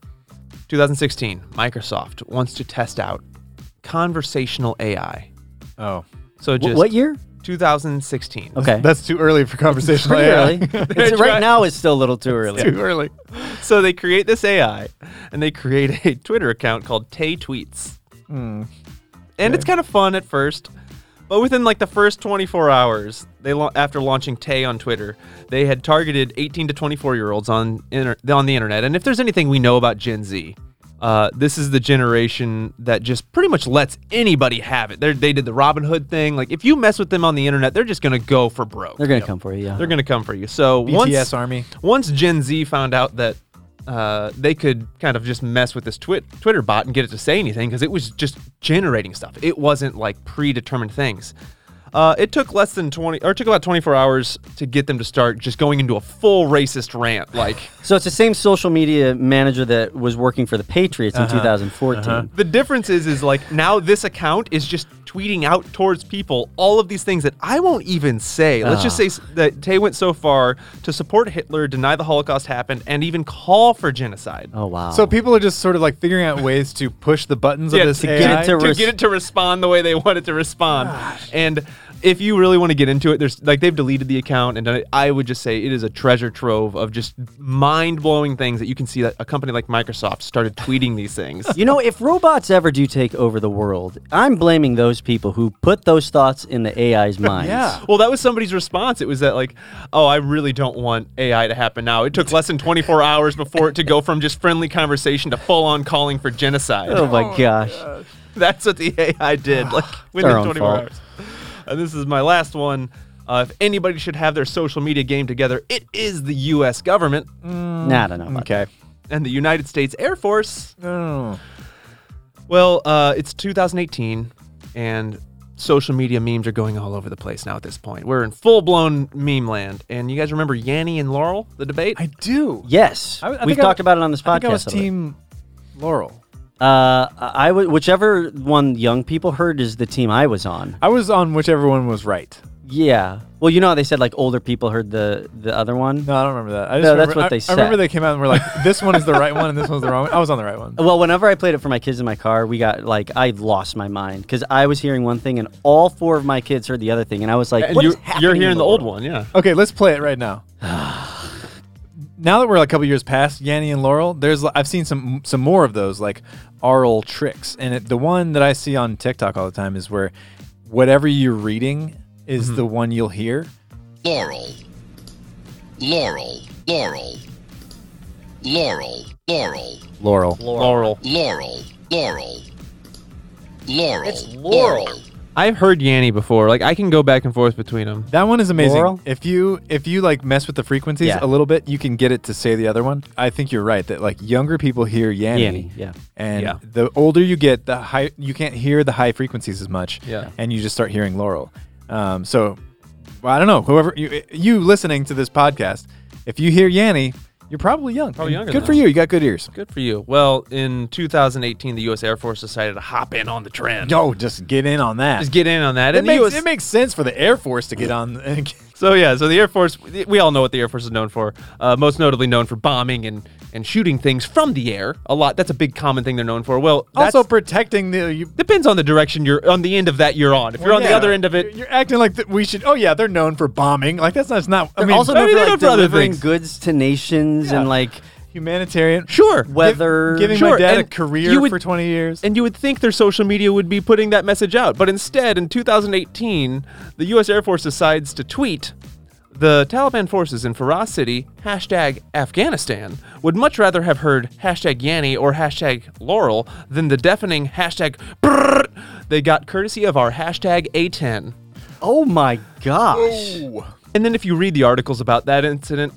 Speaker 3: 2016, Microsoft wants to test out conversational AI.
Speaker 1: Oh,
Speaker 3: So
Speaker 2: Wh-
Speaker 3: just
Speaker 2: what year?
Speaker 3: 2016.
Speaker 2: Okay.
Speaker 1: that's too early for conversation.
Speaker 2: pretty
Speaker 1: AI.
Speaker 2: early. It's- right now it's still a little too early.
Speaker 1: too early.
Speaker 3: So they create this AI, and they create a Twitter account called Tay Tweets,
Speaker 2: Hmm.
Speaker 3: and it's kind of fun at first. But within like the first 24 hours, they lau- after launching Tay on Twitter, they had targeted 18 to 24 year olds on inter- on the internet. And if there's anything we know about Gen Z, uh, this is the generation that just pretty much lets anybody have it. They're, they did the Robin Hood thing. Like if you mess with them on the internet, they're just gonna go for broke.
Speaker 2: They're gonna come for you. Yeah.
Speaker 3: They're gonna come for you. So once
Speaker 1: BTS Army.
Speaker 3: once Gen Z found out that uh, they could kind of just mess with this twit- Twitter bot and get it to say anything because it was just generating stuff. It wasn't like predetermined things. Uh, it took less than 20 or it took about 24 hours to get them to start just going into a full racist rant. Like
Speaker 2: So it's the same social media manager that was working for the Patriots
Speaker 1: Uh-huh.
Speaker 2: in 2014.
Speaker 3: the difference is, is like now this account is just tweeting out towards people all of these things that I won't even say. Let's
Speaker 2: Ah.
Speaker 3: just say s- that Tay went so far to support Hitler, deny the Holocaust happened, and even call for genocide.
Speaker 2: Oh wow.
Speaker 1: So people are just sort of like figuring out ways to push the buttons
Speaker 3: yeah,
Speaker 1: of this
Speaker 3: to,
Speaker 1: AI.
Speaker 3: get it to,
Speaker 2: to res-
Speaker 3: get it to respond the way they want it to respond. And if you really want to get into it, there's like they've deleted the account, and I- I would just say it is a treasure trove of just mind blowing things that you can see that a company like Microsoft started tweeting these things.
Speaker 2: you know, if robots ever do take over the world, I'm blaming those people who put those thoughts in the AI's minds.
Speaker 1: Yeah.
Speaker 3: Well, that was somebody's response. It was that like, oh, I really don't want AI to happen now. It took less than 24 hours before it to go from just friendly conversation to full on calling for genocide.
Speaker 2: Oh my gosh.
Speaker 3: That's what the AI did, like within
Speaker 2: our own
Speaker 3: 24
Speaker 2: fault.
Speaker 3: hours. And this is my last one. Uh, if anybody should have their social media game together, it is the U.S. government
Speaker 2: Nah, I don't know. About
Speaker 1: Okay.
Speaker 3: and the United States Air Force.
Speaker 1: Oh.
Speaker 3: Well, uh, it's 2018, and social media memes are going all over the place now. At this point, we're in full blown meme land. And you guys remember Yanni and Laurel, the debate?
Speaker 1: I do.
Speaker 2: that. Yes.
Speaker 1: I- I
Speaker 2: We've
Speaker 1: think I-
Speaker 2: talked about it on this podcast.
Speaker 1: I think I was
Speaker 2: a little bit.
Speaker 1: Team Laurel.
Speaker 2: Uh, I would whichever one young people heard is the team I was on.
Speaker 1: I was on whichever one was right.
Speaker 2: Yeah. Well, you know how they said like older people heard the the other one.
Speaker 1: No, I don't remember that. I just
Speaker 2: No,
Speaker 1: remember,
Speaker 2: that's what
Speaker 1: I,
Speaker 2: they
Speaker 1: I remember
Speaker 2: said.
Speaker 1: they came out and were like, "This one is the right one, and this one's the wrong one." I was on the right one.
Speaker 2: Well, whenever I played it for my kids in my car, we got like I lost my mind because I was hearing one thing and all four of my kids heard the other thing, and I was like,
Speaker 3: And
Speaker 2: "What
Speaker 3: you're,
Speaker 2: is happening?"
Speaker 3: you're
Speaker 2: in
Speaker 3: hearing the old
Speaker 2: world?"
Speaker 3: one, yeah.
Speaker 1: Okay, let's play it right now. now that we're a couple years past Yanni and Laurel, there's I've seen some some more of those like oral tricks, and it, the one that I see on TikTok all the time is where whatever you're reading is the one you'll hear.
Speaker 4: Laurel. Laurel. Laurel. Laurel. Laurel.
Speaker 1: Laurel.
Speaker 3: Laurel.
Speaker 4: Laurel. Laurel. Laurel.
Speaker 5: It's Laurel.
Speaker 3: I've heard Yanny before. Like I can go back and forth between them.
Speaker 1: That one is amazing.
Speaker 2: Laurel?
Speaker 1: If you if you like mess with the frequencies
Speaker 2: Yeah.
Speaker 1: a little bit, you can get it to say the other one. I think you're right that like younger people hear Yanni,
Speaker 2: Yanny, yeah.
Speaker 1: and
Speaker 3: Yeah.
Speaker 1: the older you get, the high you can't hear the high frequencies as much,
Speaker 3: Yeah.
Speaker 1: and you just start hearing Laurel. Um, so well, I don't know. Whoever you you listening to this podcast, if you hear Yanni, you're probably young.
Speaker 3: Probably
Speaker 1: And
Speaker 3: younger
Speaker 1: Good
Speaker 3: than
Speaker 1: for
Speaker 3: us.
Speaker 1: you. You got good ears.
Speaker 3: Good for you. Well, in 2018, the U.S. Air Force decided to hop in on the trend.
Speaker 1: Yo, just get in on that.
Speaker 3: Just get in on that.
Speaker 1: it
Speaker 3: And the
Speaker 1: makes,
Speaker 3: US
Speaker 1: it makes sense for the Air Force to get on.
Speaker 3: So yeah, so the Air Force, we all know what the Air Force is known for. Uh, most notably known for bombing and and shooting things from the air. A lot. That's a big common thing they're known for. Well, that's,
Speaker 1: also protecting the you,
Speaker 3: depends on the direction you're on the end of that you're on. If you're on the
Speaker 1: Yeah.
Speaker 3: other end of
Speaker 1: You're-
Speaker 3: it,
Speaker 1: You're acting like that we should. Oh yeah, they're known for bombing. Like that's not. It's not. I mean,
Speaker 2: also
Speaker 3: I
Speaker 2: known
Speaker 3: mean,
Speaker 2: for
Speaker 3: they're
Speaker 2: like
Speaker 3: known for other
Speaker 2: delivering
Speaker 3: things.
Speaker 2: goods to nations
Speaker 1: Yeah.
Speaker 2: and like
Speaker 1: humanitarian.
Speaker 3: sure.
Speaker 2: weather.
Speaker 1: Giving
Speaker 3: Sure,
Speaker 1: my dad a
Speaker 3: and
Speaker 1: career
Speaker 3: you would-
Speaker 1: for 20 years.
Speaker 3: And you would think their social media would be putting that message out. But instead, in 2018, the U.S. Air Force decides to tweet the Taliban forces in Faraz City, hashtag Afghanistan, would much rather have heard hashtag Yanni or hashtag Laurel than the deafening hashtag brrrr they got courtesy of our hashtag A10.
Speaker 2: oh my gosh.
Speaker 3: And then if you read the articles about that incident,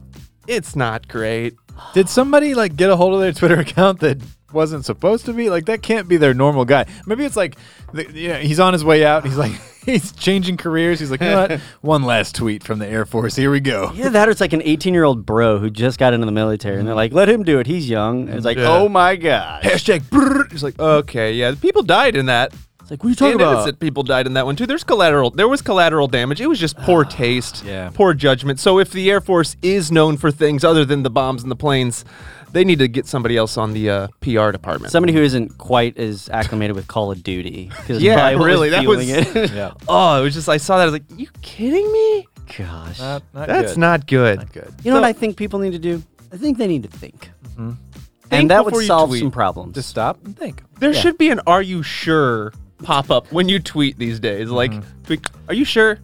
Speaker 3: it's not great.
Speaker 1: Did somebody like get a hold of their Twitter account that wasn't supposed to be? Like that can't be their normal guy. Maybe it's like, the, you know, he's on his way out. He's like, he's changing careers. He's like, you know what? One last tweet from the Air Force. Here we go.
Speaker 2: Either that or it's like an 18 year old bro who just got into the military and they're like, let him do it. He's young. And it's like,
Speaker 3: Yeah.
Speaker 2: oh my gosh.
Speaker 3: Hashtag brrrr. It's like, okay, yeah, people died in that.
Speaker 2: It's like, what are you talking
Speaker 3: and
Speaker 2: about?
Speaker 3: innocent people died in that one too. There's collateral. There was collateral damage. It was just poor taste,
Speaker 1: Yeah.
Speaker 3: poor judgment. So if the Air Force is known for things other than the bombs and the planes, they need to get somebody else on the uh, PR department.
Speaker 2: Somebody who isn't quite as acclimated with Call of Duty. 'cause
Speaker 3: Yeah,
Speaker 2: probably what
Speaker 3: really, that
Speaker 2: fueling
Speaker 3: was-
Speaker 2: it.
Speaker 1: Yeah,
Speaker 3: oh, it was just I saw that. I was like, you kidding me?
Speaker 2: gosh.
Speaker 1: Not- not
Speaker 3: That's
Speaker 1: good.
Speaker 3: not good.
Speaker 1: not good.
Speaker 2: You know
Speaker 3: So-
Speaker 2: what I think people need to do? I think they need to think.
Speaker 3: Mm-hmm. Think
Speaker 2: and that would
Speaker 3: before you
Speaker 2: solve
Speaker 3: tweet.
Speaker 2: some problems.
Speaker 1: Just stop and think.
Speaker 3: There should be an "Are you sure?" pop up when you tweet these days. Like, tweet, are you sure?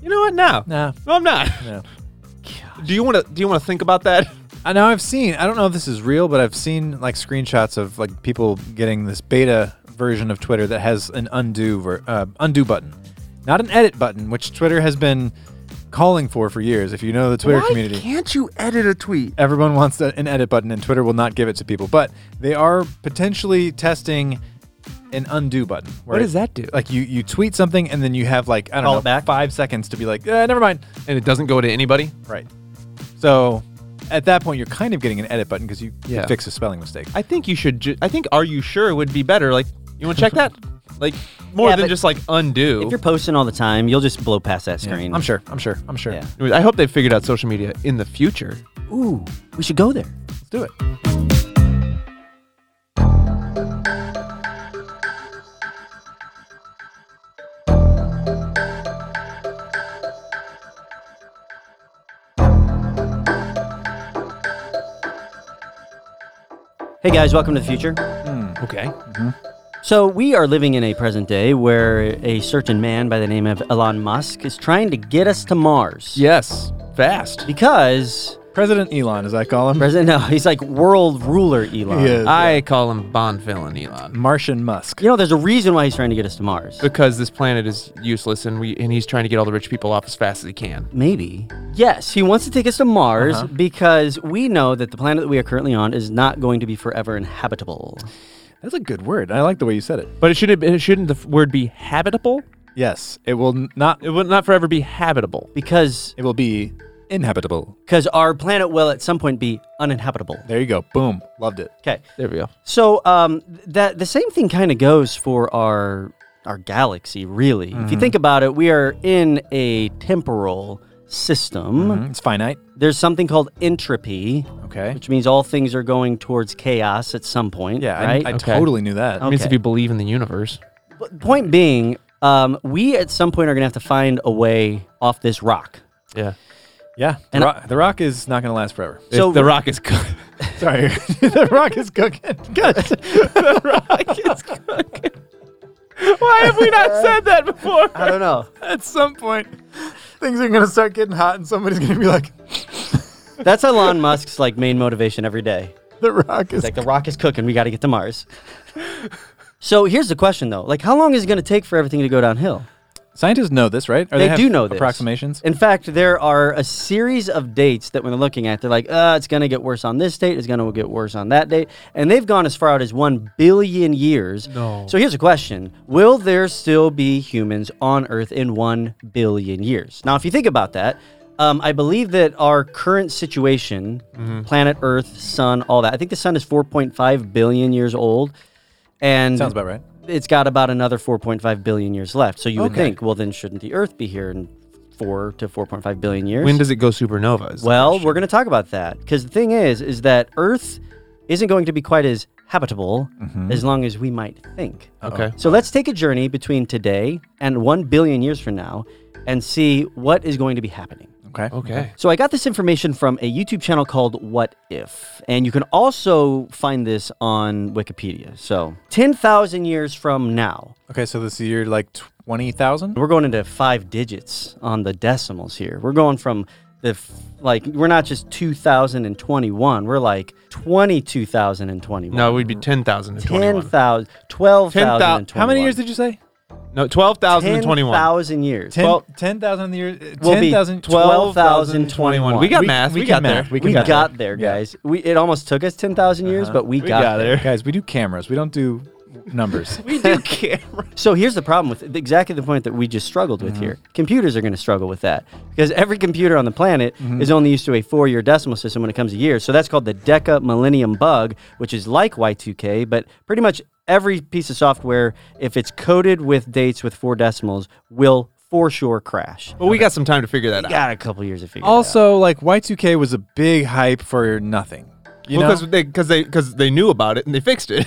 Speaker 3: You know what? No,
Speaker 1: Nah.
Speaker 3: no, I'm not.
Speaker 1: Yeah.
Speaker 3: Do you want to? Do you want to think about that?
Speaker 1: I know I've seen. I don't know if this is real, but I've seen like screenshots of like people getting this beta version of Twitter that has an undo ver- uh, undo button, not an edit button, which Twitter has been calling for for years. If you know the Twitter community,
Speaker 3: can't you edit a tweet?
Speaker 1: everyone wants a- an edit button, and Twitter will not give it to people. But they are potentially testing an undo button. where
Speaker 3: What does
Speaker 1: it-
Speaker 3: that do?
Speaker 1: Like you you tweet something, and then you have like I don't
Speaker 2: Call
Speaker 1: know
Speaker 2: it back?
Speaker 1: five seconds to be like, eh, never mind.
Speaker 3: And it doesn't go to anybody.
Speaker 1: Right. So at that point, you're kind of getting an edit button because you could
Speaker 3: Yeah.
Speaker 1: fix a spelling mistake.
Speaker 3: I think you should. Ju- I think "Are you sure?" would be better. Like, you want to check that? Like, more
Speaker 2: Yeah,
Speaker 3: than
Speaker 2: but
Speaker 3: just like undo.
Speaker 2: if you're posting all the time, you'll just blow past that screen.
Speaker 1: I'm sure. I'm sure. I'm sure.
Speaker 2: Yeah.
Speaker 3: Anyways, I hope they figured out social media in the future.
Speaker 2: Ooh, we should go there.
Speaker 1: Let's do it.
Speaker 2: Hey guys, welcome to the future.
Speaker 3: Okay.
Speaker 2: So, we are living in a present day where a certain man by the name of Elon Musk is trying to get us to Mars.
Speaker 3: Yes. Fast.
Speaker 2: Because,
Speaker 1: President Elon, as I call him,
Speaker 2: President, no, he's like world ruler Elon.
Speaker 1: He is.
Speaker 2: uh,
Speaker 3: I call him Bond villain Elon
Speaker 1: Martian Musk.
Speaker 2: You know, there's a reason why he's trying to get us to Mars.
Speaker 3: because this planet is useless, and we and he's trying to get all the rich people off as fast as he can.
Speaker 2: Maybe. Yes, he wants to take us to Mars
Speaker 1: Uh-huh.
Speaker 2: because we know that the planet that we are currently on is not going to be forever inhabitable.
Speaker 1: That's a good word. I like the way you said it.
Speaker 3: But it shouldn't. It shouldn't the f- word be habitable?
Speaker 1: Yes, it will n- not.
Speaker 3: It would not forever be habitable.
Speaker 2: Because
Speaker 1: It will be inhabitable.
Speaker 2: because our planet will at some point be uninhabitable.
Speaker 1: There you go. Boom. Loved it.
Speaker 2: Okay.
Speaker 3: There we go.
Speaker 2: So um, that the same thing kind of goes for our our galaxy, really. If you think about it, we are in a temporal system.
Speaker 1: Mhm, It's finite.
Speaker 2: There's something called entropy,
Speaker 1: Okay.
Speaker 2: which means all things are going towards chaos at some point.
Speaker 1: Yeah, I-
Speaker 2: right?
Speaker 1: I,
Speaker 3: Okay.
Speaker 1: totally knew that.
Speaker 3: It means if
Speaker 2: Okay.
Speaker 3: you believe in the universe.
Speaker 2: But point being, um, we at some point are going to have to find a way off this rock.
Speaker 3: Yeah.
Speaker 1: Yeah, the,
Speaker 2: And I-
Speaker 1: rock, the rock is not going to last forever.
Speaker 2: So-
Speaker 3: if the rock is good.
Speaker 1: Sorry, the rock is cooking.
Speaker 3: Why have we not said that before?
Speaker 2: I don't know.
Speaker 1: At some point, things are going to start getting hot, and somebody's going to be like,
Speaker 2: That's Elon Musk's like main motivation every day.
Speaker 1: "The rock is."
Speaker 2: It's like the rock is cooking. We got to get to Mars. So here's the question though: like, how long is it going to take for everything to go downhill?
Speaker 1: Scientists know this, right? Or
Speaker 2: They,
Speaker 1: have
Speaker 2: do know this.
Speaker 1: approximations.
Speaker 2: In fact, there are a series of dates that when they're looking at, they're like, uh, it's going to get worse on this date, it's going to get worse on that date. And they've gone as far out as 1 billion years.
Speaker 3: No.
Speaker 2: So here's a question Will there still be humans on Earth in 1 billion years? Now, if you think about that, um, I believe that our current situation, planet Earth, sun, all that, I think the sun is 4.5 billion years old. And
Speaker 1: Sounds about right.
Speaker 2: it's got about another 4.5 billion years left. So you would
Speaker 1: Okay.
Speaker 2: think, well, then shouldn't the Earth be here in four to 4.5 billion years?
Speaker 3: When does it go supernova? Is the
Speaker 2: well,
Speaker 3: question.
Speaker 2: we're going to talk about that because the thing is, is that Earth isn't going to be quite as habitable
Speaker 3: Mm-hmm.
Speaker 2: as long as we might think.
Speaker 3: Okay.
Speaker 2: So let's take a journey between today and 1 billion years from now and see what is going to be happening.
Speaker 1: Okay.
Speaker 3: Okay.
Speaker 2: So I got this information from a YouTube channel called What If, and you can also find this on Wikipedia. So 10,000 years from now,
Speaker 1: Okay. So this year, like twenty thousand.
Speaker 2: we're going into five digits on the decimals here. We're going from the f- like we're not just 2021. We're like 22,021.
Speaker 3: No, we'd be 10,000 to 21.
Speaker 2: 10,000 12,000
Speaker 1: How many years did you say?
Speaker 3: no, 12,000 to 21.
Speaker 2: 10,000 years.
Speaker 1: Ten.
Speaker 2: Well,
Speaker 1: ten thousand in the year. uh,
Speaker 2: We'll be
Speaker 1: ten thousand.
Speaker 2: 12,021.
Speaker 3: We got
Speaker 1: We-
Speaker 3: math.
Speaker 1: we
Speaker 3: We,
Speaker 1: can
Speaker 3: got there.
Speaker 1: math.
Speaker 2: we got,
Speaker 1: got
Speaker 2: there,
Speaker 1: Yeah.
Speaker 2: guys. We it almost took us 10,000 years, but we, got, there.
Speaker 1: guys. We do cameras. We don't do numbers.
Speaker 3: We do camera.
Speaker 2: So here's the problem with exactly the point that we just struggled with here. Computers are going to struggle with that because every computer on the planet is only used to a four-year decimal system when it comes to years. So that's called the Deca Millennium Bug, which is like Y2K, but pretty much every piece of software, if it's coded with dates with four decimals, will for sure crash.
Speaker 3: But we got some time to figure that out.
Speaker 2: Got a couple years to figure. it out.
Speaker 1: also, like Y2K was a big hype for nothing. You know.
Speaker 3: Because they, because they, because they knew about it and they fixed it.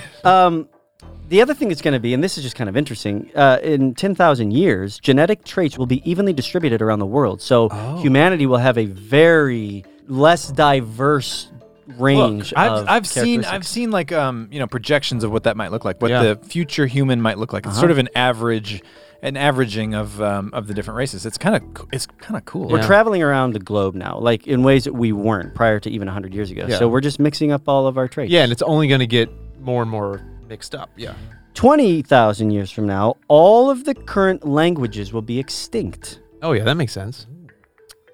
Speaker 2: The other thing it's going to be, and this is just kind of interesting, uh, in 10,000 years, genetic traits will be evenly distributed around the world. So
Speaker 1: Oh.
Speaker 2: humanity will have a very less diverse range.
Speaker 1: I've,
Speaker 2: of
Speaker 1: I've seen I've
Speaker 2: characteristics.
Speaker 1: seen like um you know projections of what that might look like, what
Speaker 3: Yeah.
Speaker 1: the future human might look like. It's sort of an average, an averaging of um, of the different races. It's kind of it's kind of cool.
Speaker 2: We're traveling around the globe now, like in ways that we weren't prior to even 100 years ago.
Speaker 3: Yeah.
Speaker 2: So we're just mixing up all of our traits.
Speaker 3: yeah, and it's only going to get more and more mixed up. Yeah.
Speaker 2: 20,000 years from now, all of the current languages will be extinct.
Speaker 3: Oh, yeah, that makes sense.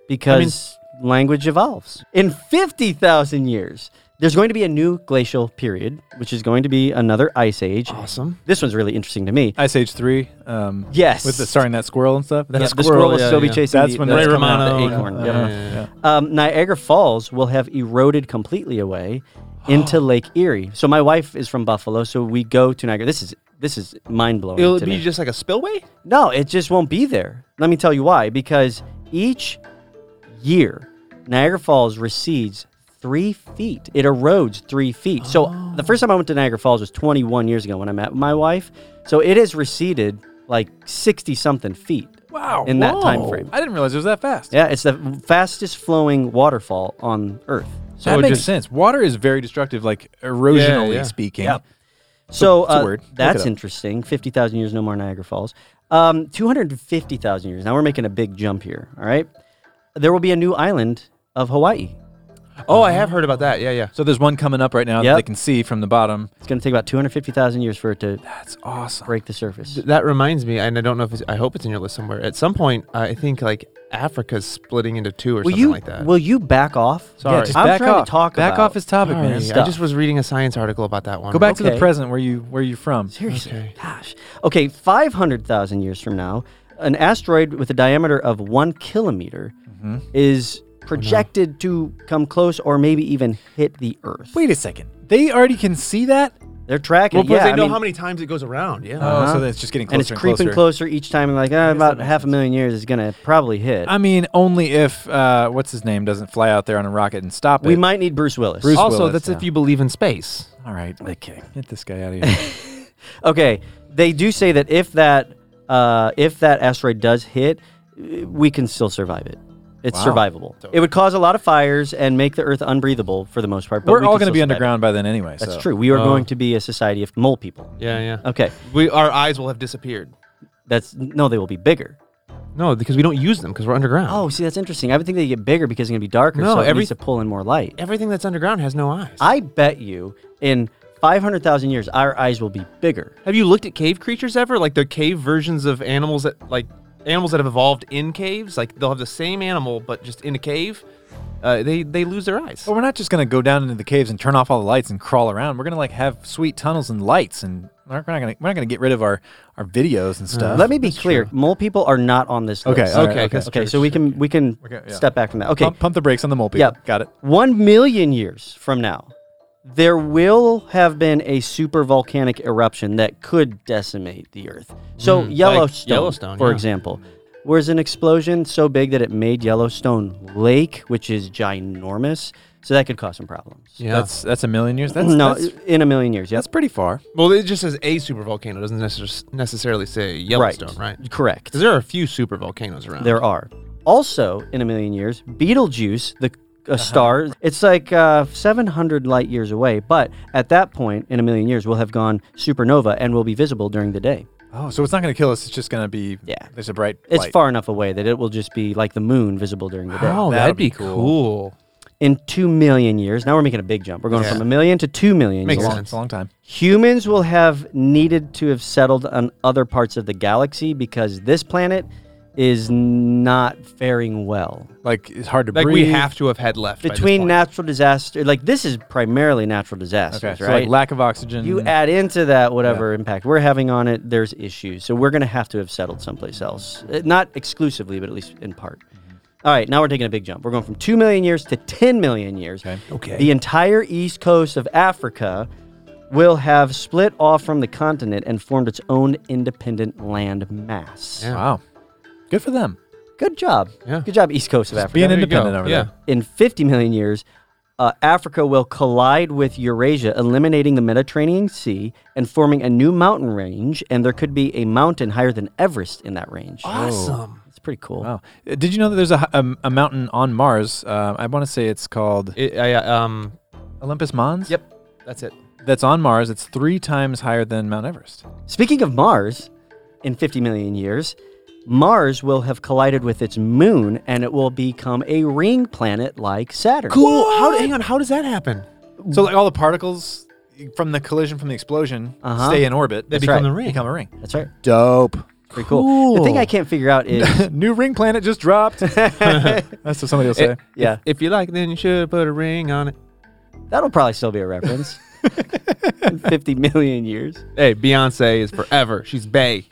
Speaker 2: because language evolves. In 50,000 years, there's going to be a new glacial period, which is going to be another ice age.
Speaker 3: Awesome.
Speaker 2: This one's really interesting to me.
Speaker 1: Ice Age three. Um,
Speaker 2: Yes.
Speaker 1: with the starring that squirrel and stuff. That
Speaker 2: Yeah, the squirrel will
Speaker 3: yeah,
Speaker 2: still be
Speaker 3: yeah.
Speaker 2: chasing
Speaker 1: That's
Speaker 2: the,
Speaker 1: when
Speaker 2: that's
Speaker 1: Ray
Speaker 2: coming out of
Speaker 3: Romano
Speaker 2: the
Speaker 3: and-
Speaker 2: acorn.
Speaker 3: yeah,
Speaker 2: Yep.
Speaker 3: Oh, yeah, yeah, yeah.
Speaker 2: Um, Niagara Falls will have eroded completely away into Lake Erie. So my wife is from Buffalo, so we go to Niagara. This is this is mind blowing.
Speaker 3: It'll be just like a spillway?
Speaker 2: No, it just won't be there. Let me tell you why. Because each year, Niagara Falls recedes three feet. It erodes three feet. So
Speaker 1: Oh.
Speaker 2: the first time I went to Niagara Falls was 21 years ago when I met my wife. So it has receded like 60 something feet.
Speaker 1: Wow.
Speaker 2: In that time
Speaker 1: whoa.
Speaker 2: frame.
Speaker 1: I didn't realize it was that fast.
Speaker 2: Yeah, it's the fastest flowing waterfall on Earth. So,
Speaker 1: that
Speaker 3: it
Speaker 1: makes
Speaker 3: just-
Speaker 1: sense. Water is very destructive, like erosionally
Speaker 3: yeah.
Speaker 1: speaking.
Speaker 2: so
Speaker 1: it's a
Speaker 2: uh,
Speaker 1: word. Look it
Speaker 2: that's
Speaker 1: up.
Speaker 2: interesting. 50,000 years, no more Niagara Falls. Um, 250,000 years. Now we're making a big jump here. All right. There will be a new island of Hawaii.
Speaker 3: Oh, I have heard about that. Yeah, yeah.
Speaker 1: So there's one coming up right now that
Speaker 2: Yep.
Speaker 1: they can see from the bottom.
Speaker 2: It's going to take about 250,000 years for it to
Speaker 1: That's awesome.
Speaker 2: break the surface.
Speaker 3: That reminds me, and I don't know if it's, I hope it's in your list somewhere. At some point, I think like Africa's splitting into two or
Speaker 2: Will
Speaker 3: something
Speaker 2: you
Speaker 3: like that.
Speaker 2: will you back off?
Speaker 3: Sorry.
Speaker 1: Yeah, just
Speaker 2: I'm
Speaker 1: back
Speaker 2: trying
Speaker 1: off.
Speaker 2: to talk
Speaker 1: back
Speaker 2: about
Speaker 1: off his topic,
Speaker 3: Sorry,
Speaker 1: man.
Speaker 3: I
Speaker 2: stuff.
Speaker 3: just was reading a science article about that one.
Speaker 1: Go back to the
Speaker 2: Okay.
Speaker 1: present where you where you from.
Speaker 2: Seriously, gosh. Okay, 500,000 years from now, an asteroid with a diameter of one kilometer is projected to come close or maybe even hit the Earth.
Speaker 1: Wait a second. They already can see that?
Speaker 2: They're tracking.
Speaker 3: Well,
Speaker 2: it.
Speaker 3: because
Speaker 2: yeah,
Speaker 3: they
Speaker 2: I
Speaker 3: know
Speaker 2: mean-
Speaker 3: how many times it goes around. Yeah.
Speaker 1: Oh,
Speaker 2: Uh-huh.
Speaker 1: so it's just getting closer
Speaker 2: and it's creeping closer each time. Like ah, about half a million years is gonna probably hit.
Speaker 1: I mean, only if uh, what's his name doesn't fly out there on a rocket and stop it.
Speaker 2: we might need Bruce Willis.
Speaker 1: Bruce-
Speaker 3: also,
Speaker 1: Willis,
Speaker 3: that's if
Speaker 1: yeah.
Speaker 3: you believe in space.
Speaker 1: All right,
Speaker 2: Okay.
Speaker 1: get this guy out of here.
Speaker 2: Okay. They do say that if that uh, if that asteroid does hit, uh, we can still survive it. It's
Speaker 1: Wow.
Speaker 2: survivable. It would cause a lot of fires and make the Earth unbreathable for the most part. But
Speaker 1: We're
Speaker 2: we
Speaker 1: all
Speaker 2: can
Speaker 1: going to
Speaker 2: still
Speaker 1: be
Speaker 2: survive it.
Speaker 1: underground by then anyway.
Speaker 2: That's
Speaker 1: so. uh,
Speaker 2: true. We are going to be a society of mole people.
Speaker 3: Yeah, yeah.
Speaker 2: Okay.
Speaker 3: We our eyes will have disappeared.
Speaker 2: That's no, they will be bigger.
Speaker 3: No, because we don't use them because we're underground.
Speaker 2: Oh, see, that's interesting. I would think they get bigger because it's going to be darker.
Speaker 3: No,
Speaker 2: so it
Speaker 3: every-
Speaker 2: needs to pull in more light.
Speaker 3: everything that's underground has no eyes.
Speaker 2: I bet you in 500,000 years, our eyes will be bigger.
Speaker 3: have you looked at cave creatures ever? Like the cave versions of animals that like animals that have evolved in caves. Like they'll have the same animal but just in a cave. Uh, they they lose their eyes.
Speaker 1: But we're not just going to go down into the caves and turn off all the lights and crawl around. We're going to like have sweet tunnels and lights, and we're not going to we're not going to get rid of our our videos and stuff.
Speaker 2: Uh, Let me be clear. Mole people are not on this
Speaker 1: Okay,
Speaker 2: list.
Speaker 1: all right,
Speaker 3: Okay,
Speaker 1: okay.
Speaker 3: that's
Speaker 2: Okay,
Speaker 3: true.
Speaker 2: so we can we can
Speaker 1: Okay, yeah.
Speaker 2: step back from that. Okay.
Speaker 1: Pump, pump the brakes on the mole people.
Speaker 2: Yeah.
Speaker 1: got it.
Speaker 2: 1 million years from now, there will have been a super volcanic eruption that could decimate the earth. So Yellowstone,
Speaker 3: Yellowstone,
Speaker 2: for
Speaker 3: yeah.
Speaker 2: example, was an explosion so big that it made Yellowstone Lake, which is ginormous. So that could cause some problems.
Speaker 3: yeah.
Speaker 1: That's that's a million years. That's
Speaker 2: no,
Speaker 1: that's,
Speaker 2: in a million years. Yep.
Speaker 1: that's pretty far.
Speaker 3: well, it just says a super volcano. Doesn't necess- necessarily say Yellowstone, right?
Speaker 2: Correct.
Speaker 3: Because there are a few super volcanoes around.
Speaker 2: There are. Also, in a million years, Beetlejuice, the
Speaker 3: Uh-huh.
Speaker 2: a star, it's like uh, 700 light years away. But at that point, in a million years, we'll have gone supernova and will be visible during the day.
Speaker 1: Oh, so it's not going to kill us. It's just going to be
Speaker 2: Yeah.
Speaker 1: There's a bright.
Speaker 2: It's
Speaker 1: light.
Speaker 2: far enough away that it will just be like the moon visible during the day.
Speaker 3: Oh,
Speaker 1: That
Speaker 3: that'd,
Speaker 1: would be
Speaker 3: be
Speaker 1: cool.
Speaker 3: cool.
Speaker 2: In two million years, now we're making a big jump. We're going
Speaker 3: Yeah.
Speaker 2: from a million to two million
Speaker 3: Makes
Speaker 1: It's a
Speaker 2: years.
Speaker 1: long,
Speaker 3: sense.
Speaker 1: it's a long time.
Speaker 2: Humans will have needed to have settled on other parts of the galaxy because this planet is not faring well.
Speaker 1: Like it's hard to
Speaker 3: Like
Speaker 1: breathe.
Speaker 3: we have to have had left by this
Speaker 2: between
Speaker 3: point.
Speaker 2: natural disaster like this is primarily natural disasters
Speaker 1: Okay, so
Speaker 2: right
Speaker 1: like lack of oxygen.
Speaker 2: you add into that whatever impact we're having on it there's issues so we're going to have to have settled someplace else Uh, not exclusively but at least in part All right now we're taking a big jump we're going from 2 million years to 10 million years
Speaker 1: Okay.
Speaker 3: Okay.
Speaker 2: the entire east coast of africa will have split off from the continent and formed its own independent land mass
Speaker 3: Yeah.
Speaker 1: Wow, good for them.
Speaker 2: good job
Speaker 3: Yeah.
Speaker 2: good job east coast of africa
Speaker 1: Being
Speaker 3: There you go.
Speaker 1: independent over
Speaker 3: yeah.
Speaker 1: there.
Speaker 2: in 50 million years, uh, Africa will collide with Eurasia, eliminating the Mediterranean Sea and forming a new mountain range. And there could be a mountain higher than Everest in that range.
Speaker 3: Awesome.
Speaker 2: It's pretty cool.
Speaker 1: Wow. Uh, Did you know that there's a, h- um, a mountain on Mars? Uh, I want to say it's called
Speaker 3: It- I, uh, um,
Speaker 1: Olympus Mons.
Speaker 3: yep. That's it.
Speaker 1: That's on Mars. It's three times higher than Mount Everest.
Speaker 2: Speaking of Mars, in 50 million years, Mars will have collided with its moon and it will become a ring planet like Saturn.
Speaker 3: Cool. How, hang on. How does that happen?
Speaker 1: So like all the particles from the collision from the explosion
Speaker 2: Uh-huh.
Speaker 1: stay in orbit.
Speaker 3: They
Speaker 1: That's
Speaker 3: become
Speaker 1: right.
Speaker 3: the ring.
Speaker 1: Become a ring.
Speaker 2: That's right.
Speaker 1: Dope.
Speaker 2: Pretty cool. The thing
Speaker 3: Cool.
Speaker 2: I can't figure out is
Speaker 1: New ring planet just dropped. That's what somebody will say.
Speaker 3: It-
Speaker 2: Yeah.
Speaker 3: If you like, then you should put a ring on it.
Speaker 2: that'll probably still be a reference. in 50 million years.
Speaker 3: Hey, Beyonce is forever. She's Bay.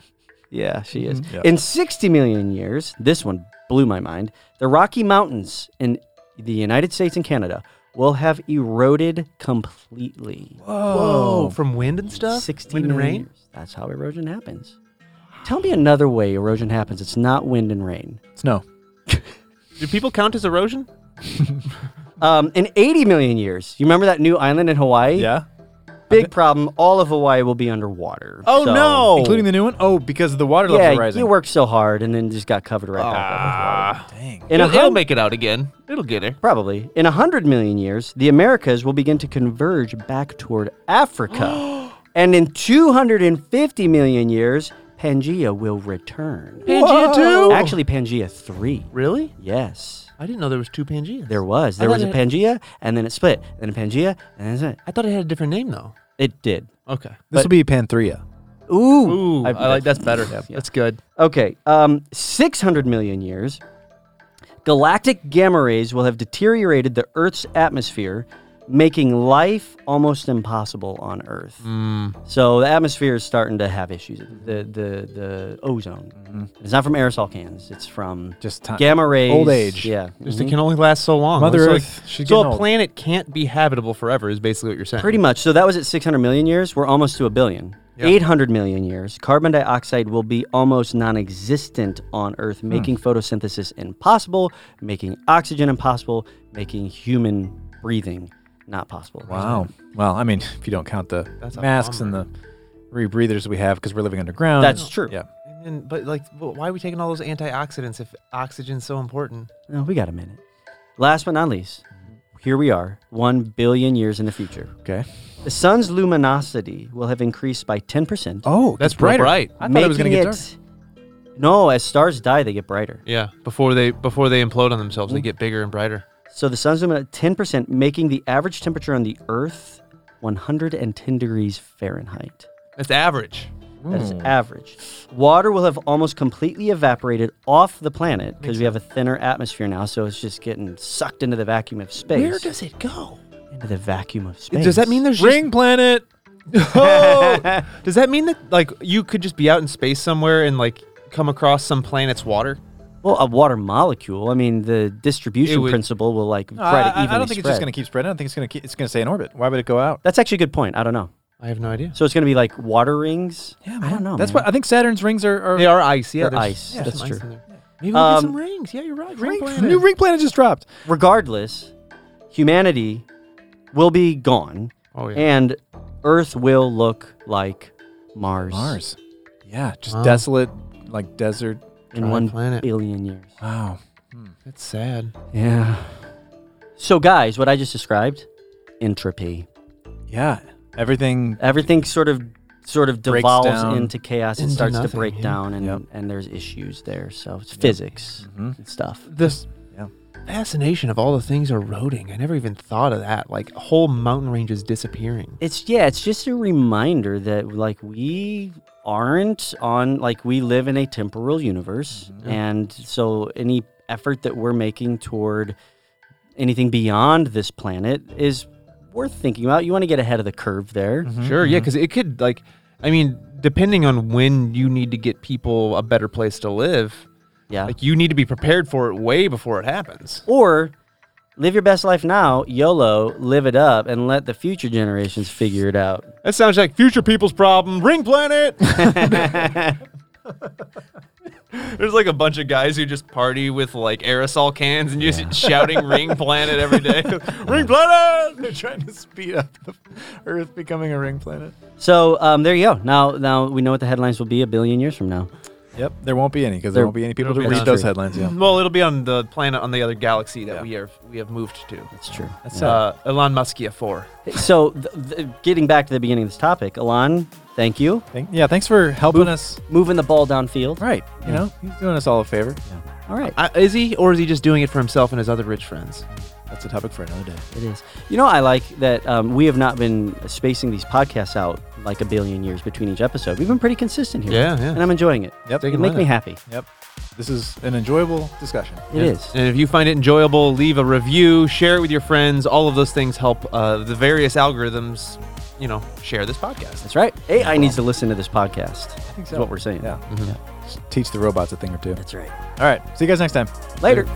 Speaker 2: Yeah, she is.
Speaker 3: Mm-hmm.
Speaker 1: Yeah.
Speaker 2: In 60 million years, this one blew my mind. The Rocky Mountains in the United States and Canada will have eroded completely.
Speaker 3: Whoa. Oh, From wind and stuff?
Speaker 2: 60
Speaker 3: wind and
Speaker 2: million
Speaker 3: rain?
Speaker 2: years. That's how erosion happens. Tell me another way erosion happens. It's not wind and rain.
Speaker 1: Snow.
Speaker 3: Do people count as erosion?
Speaker 2: Um, in 80 million years, you remember that new island in Hawaii?
Speaker 1: Yeah.
Speaker 2: Big problem. All of Hawaii will be underwater.
Speaker 3: Oh,
Speaker 2: So-
Speaker 3: no.
Speaker 1: Including the new one? Oh, because the water levels are
Speaker 2: Yeah,
Speaker 1: rising.
Speaker 2: you worked so hard and then just got covered right back up.
Speaker 3: Ah.
Speaker 1: Dang.
Speaker 2: In a
Speaker 3: it'll, it'll
Speaker 2: hun-
Speaker 3: make it out again. It'll get her.
Speaker 2: Probably. In 100 million years, the Americas will begin to converge back toward Africa. and in 250 million years, Pangea will return.
Speaker 3: Pangea
Speaker 1: Whoa.
Speaker 3: 2?
Speaker 2: Actually, Pangea 3.
Speaker 3: Really?
Speaker 2: Yes.
Speaker 3: I didn't know there was two Pangeas.
Speaker 2: There was. There
Speaker 3: thought
Speaker 2: was a
Speaker 3: it-
Speaker 2: Pangea, and then it split, then a Pangea, and then it split.
Speaker 3: I thought it had a different name, though.
Speaker 2: It did.
Speaker 3: Okay.
Speaker 1: This will be Panthrea.
Speaker 2: Ooh.
Speaker 3: Ooh, I, like that's better.
Speaker 2: Yeah.
Speaker 3: That's good.
Speaker 2: Okay, um, 600 million years, galactic gamma rays will have deteriorated the Earth's atmosphere making life almost impossible on Earth.
Speaker 1: Mm.
Speaker 2: So the atmosphere is starting to have issues. The the the ozone. It's not from aerosol cans. It's from
Speaker 1: Mm-hmm. Just ti-
Speaker 2: gamma rays.
Speaker 1: old age.
Speaker 2: Yeah.
Speaker 3: Just it can only last so long.
Speaker 1: Mother
Speaker 3: so
Speaker 1: Earth, she's
Speaker 3: so
Speaker 1: getting
Speaker 3: a
Speaker 1: old.
Speaker 3: planet can't be habitable forever. Is basically what you're saying.
Speaker 2: Pretty much. So that was at 600 million years. We're almost to a billion.
Speaker 3: Yeah.
Speaker 2: 800 million years, carbon dioxide will be almost non existent on Earth,
Speaker 1: Hmm.
Speaker 2: making photosynthesis impossible, making oxygen impossible, making human breathing not possible.
Speaker 1: Wow. Well, I mean, if you don't count the
Speaker 3: That's a
Speaker 1: masks and
Speaker 3: bummer.
Speaker 1: the rebreathers we have because we're living underground.
Speaker 2: That's true.
Speaker 1: Yeah.
Speaker 3: And then, but like, wh- why are we taking all those antioxidants if oxygen's so important?
Speaker 2: No, we got a minute. Last but not least, here we are, 1 billion years in the future.
Speaker 1: Okay.
Speaker 2: The sun's luminosity will have increased by 10%.
Speaker 1: Oh,
Speaker 3: That's
Speaker 1: it's brighter.
Speaker 3: bright.
Speaker 1: I thought it was going to
Speaker 2: making
Speaker 1: get dark.
Speaker 2: it- No, as stars die, they get brighter.
Speaker 3: Yeah. Before they before they implode on themselves,
Speaker 1: Mm.
Speaker 3: they get bigger and brighter.
Speaker 2: So the sun's luminous at 10%, making the average temperature on the Earth 110 degrees Fahrenheit.
Speaker 3: That's average.
Speaker 2: That is
Speaker 1: Hmm.
Speaker 2: average. Water will have almost completely evaporated off the planet because we have a thinner atmosphere now, so it's just getting sucked into the vacuum of space.
Speaker 3: Where does it go?
Speaker 2: into the vacuum of space?
Speaker 3: Does that mean there's
Speaker 1: Ring planet.
Speaker 3: Just, oh, does that mean that like you could just be out in space somewhere and like come across some planet's water?
Speaker 2: well a water molecule? I mean, the distribution
Speaker 3: It would-
Speaker 2: principle will like
Speaker 1: I-
Speaker 2: try to
Speaker 1: I, I
Speaker 2: evenly
Speaker 1: don't think it's just going to keep spreading. I don't think it's going to keep, it's going to stay in orbit. Why would it go out?
Speaker 2: That's actually a good point. I don't know.
Speaker 3: I have no idea.
Speaker 2: So it's going to be like water rings. I
Speaker 1: man.
Speaker 2: don't know.
Speaker 1: That's
Speaker 2: man.
Speaker 1: what I think Saturn's rings are. are
Speaker 3: They are ice. Yeah,
Speaker 2: They're
Speaker 3: there's-
Speaker 2: ice,
Speaker 3: yeah,
Speaker 2: that's
Speaker 3: some
Speaker 2: true.
Speaker 3: in there. Maybe we'll get
Speaker 2: Um,
Speaker 3: some rings. Yeah, you're right. Ring,
Speaker 1: ring,
Speaker 3: planet.
Speaker 1: new ring planet just dropped.
Speaker 2: regardless, humanity will be gone
Speaker 3: Oh yeah.
Speaker 2: and Earth will look like Mars,
Speaker 1: Mars. Yeah, just
Speaker 3: Wow.
Speaker 1: desolate, like desert.
Speaker 2: in one
Speaker 3: planet.
Speaker 2: billion years.
Speaker 1: Wow.
Speaker 3: That's sad.
Speaker 2: Yeah. So, guys, what I just described entropy.
Speaker 1: Yeah, everything.
Speaker 2: Everything sort of sort of
Speaker 1: Breaks
Speaker 2: devolves
Speaker 1: down
Speaker 2: into chaos. It
Speaker 3: into
Speaker 2: starts to
Speaker 3: nothing,
Speaker 2: break
Speaker 3: yeah.
Speaker 2: down, and,
Speaker 1: Yep.
Speaker 2: and there's issues there. So, it's physics and stuff.
Speaker 3: This
Speaker 1: Yeah.
Speaker 3: fascination of all the things eroding. I never even thought of that. Like whole mountain ranges disappearing.
Speaker 2: It's yeah, it's just a reminder that like we aren't on like we live in a temporal universe and so any effort that we're making toward anything beyond this planet is worth thinking about. You want to get ahead of the curve there.
Speaker 3: Sure, yeah, because it could like, I mean, depending on when you need to get people a better place to live,
Speaker 2: Yeah.
Speaker 3: like you need to be prepared for it way before it happens.
Speaker 2: or live your best life now, YOLO, live it up and let the future generations figure it out.
Speaker 3: That sounds like future people's problem. Ring planet. There's like a bunch of guys who just party with like aerosol cans and just shouting "Ring Planet" every day. ring Planet.
Speaker 1: They're trying to speed up the Earth becoming a ring planet.
Speaker 2: So, um, there you go. Now now we know what the headlines will be a billion years from now.
Speaker 1: Yep, there won't be any because there
Speaker 2: There-
Speaker 1: won't be any people to
Speaker 3: There'll
Speaker 1: read
Speaker 3: be none.
Speaker 1: those headlines. Yeah.
Speaker 3: Well, it'll be on the planet on the other galaxy that we are we have moved to.
Speaker 2: It's true.
Speaker 1: That's
Speaker 3: Uh, Elon Muskia four.
Speaker 2: So, th- th- getting back to the beginning of this topic, Alon, thank you.
Speaker 1: Thank, yeah, thanks for helping us.
Speaker 2: Moving the ball downfield.
Speaker 1: Right, you know, he's doing us all a favor.
Speaker 2: All right.
Speaker 3: I, is he, or is he just doing it for himself and his other rich friends?
Speaker 1: That's a topic for another day.
Speaker 2: It is. You know, I like that um, we have not been spacing these podcasts out like a billion years between each episode. We've been pretty consistent here.
Speaker 3: Yeah, yeah.
Speaker 2: And I'm enjoying it.
Speaker 1: Yep.
Speaker 2: It makes me happy.
Speaker 1: Yep, this is an enjoyable discussion.
Speaker 2: It
Speaker 3: and,
Speaker 2: is.
Speaker 3: And if you find it enjoyable, leave a review, share it with your friends. All of those things help uh, the various algorithms, you know, share this podcast.
Speaker 2: That's right. AI needs to listen to this podcast.
Speaker 1: think
Speaker 2: That's what we're saying.
Speaker 1: Yeah,
Speaker 3: Mhm.
Speaker 1: teach the robots a thing or two.
Speaker 2: That's right.
Speaker 1: All right, see you guys next time.
Speaker 2: Later.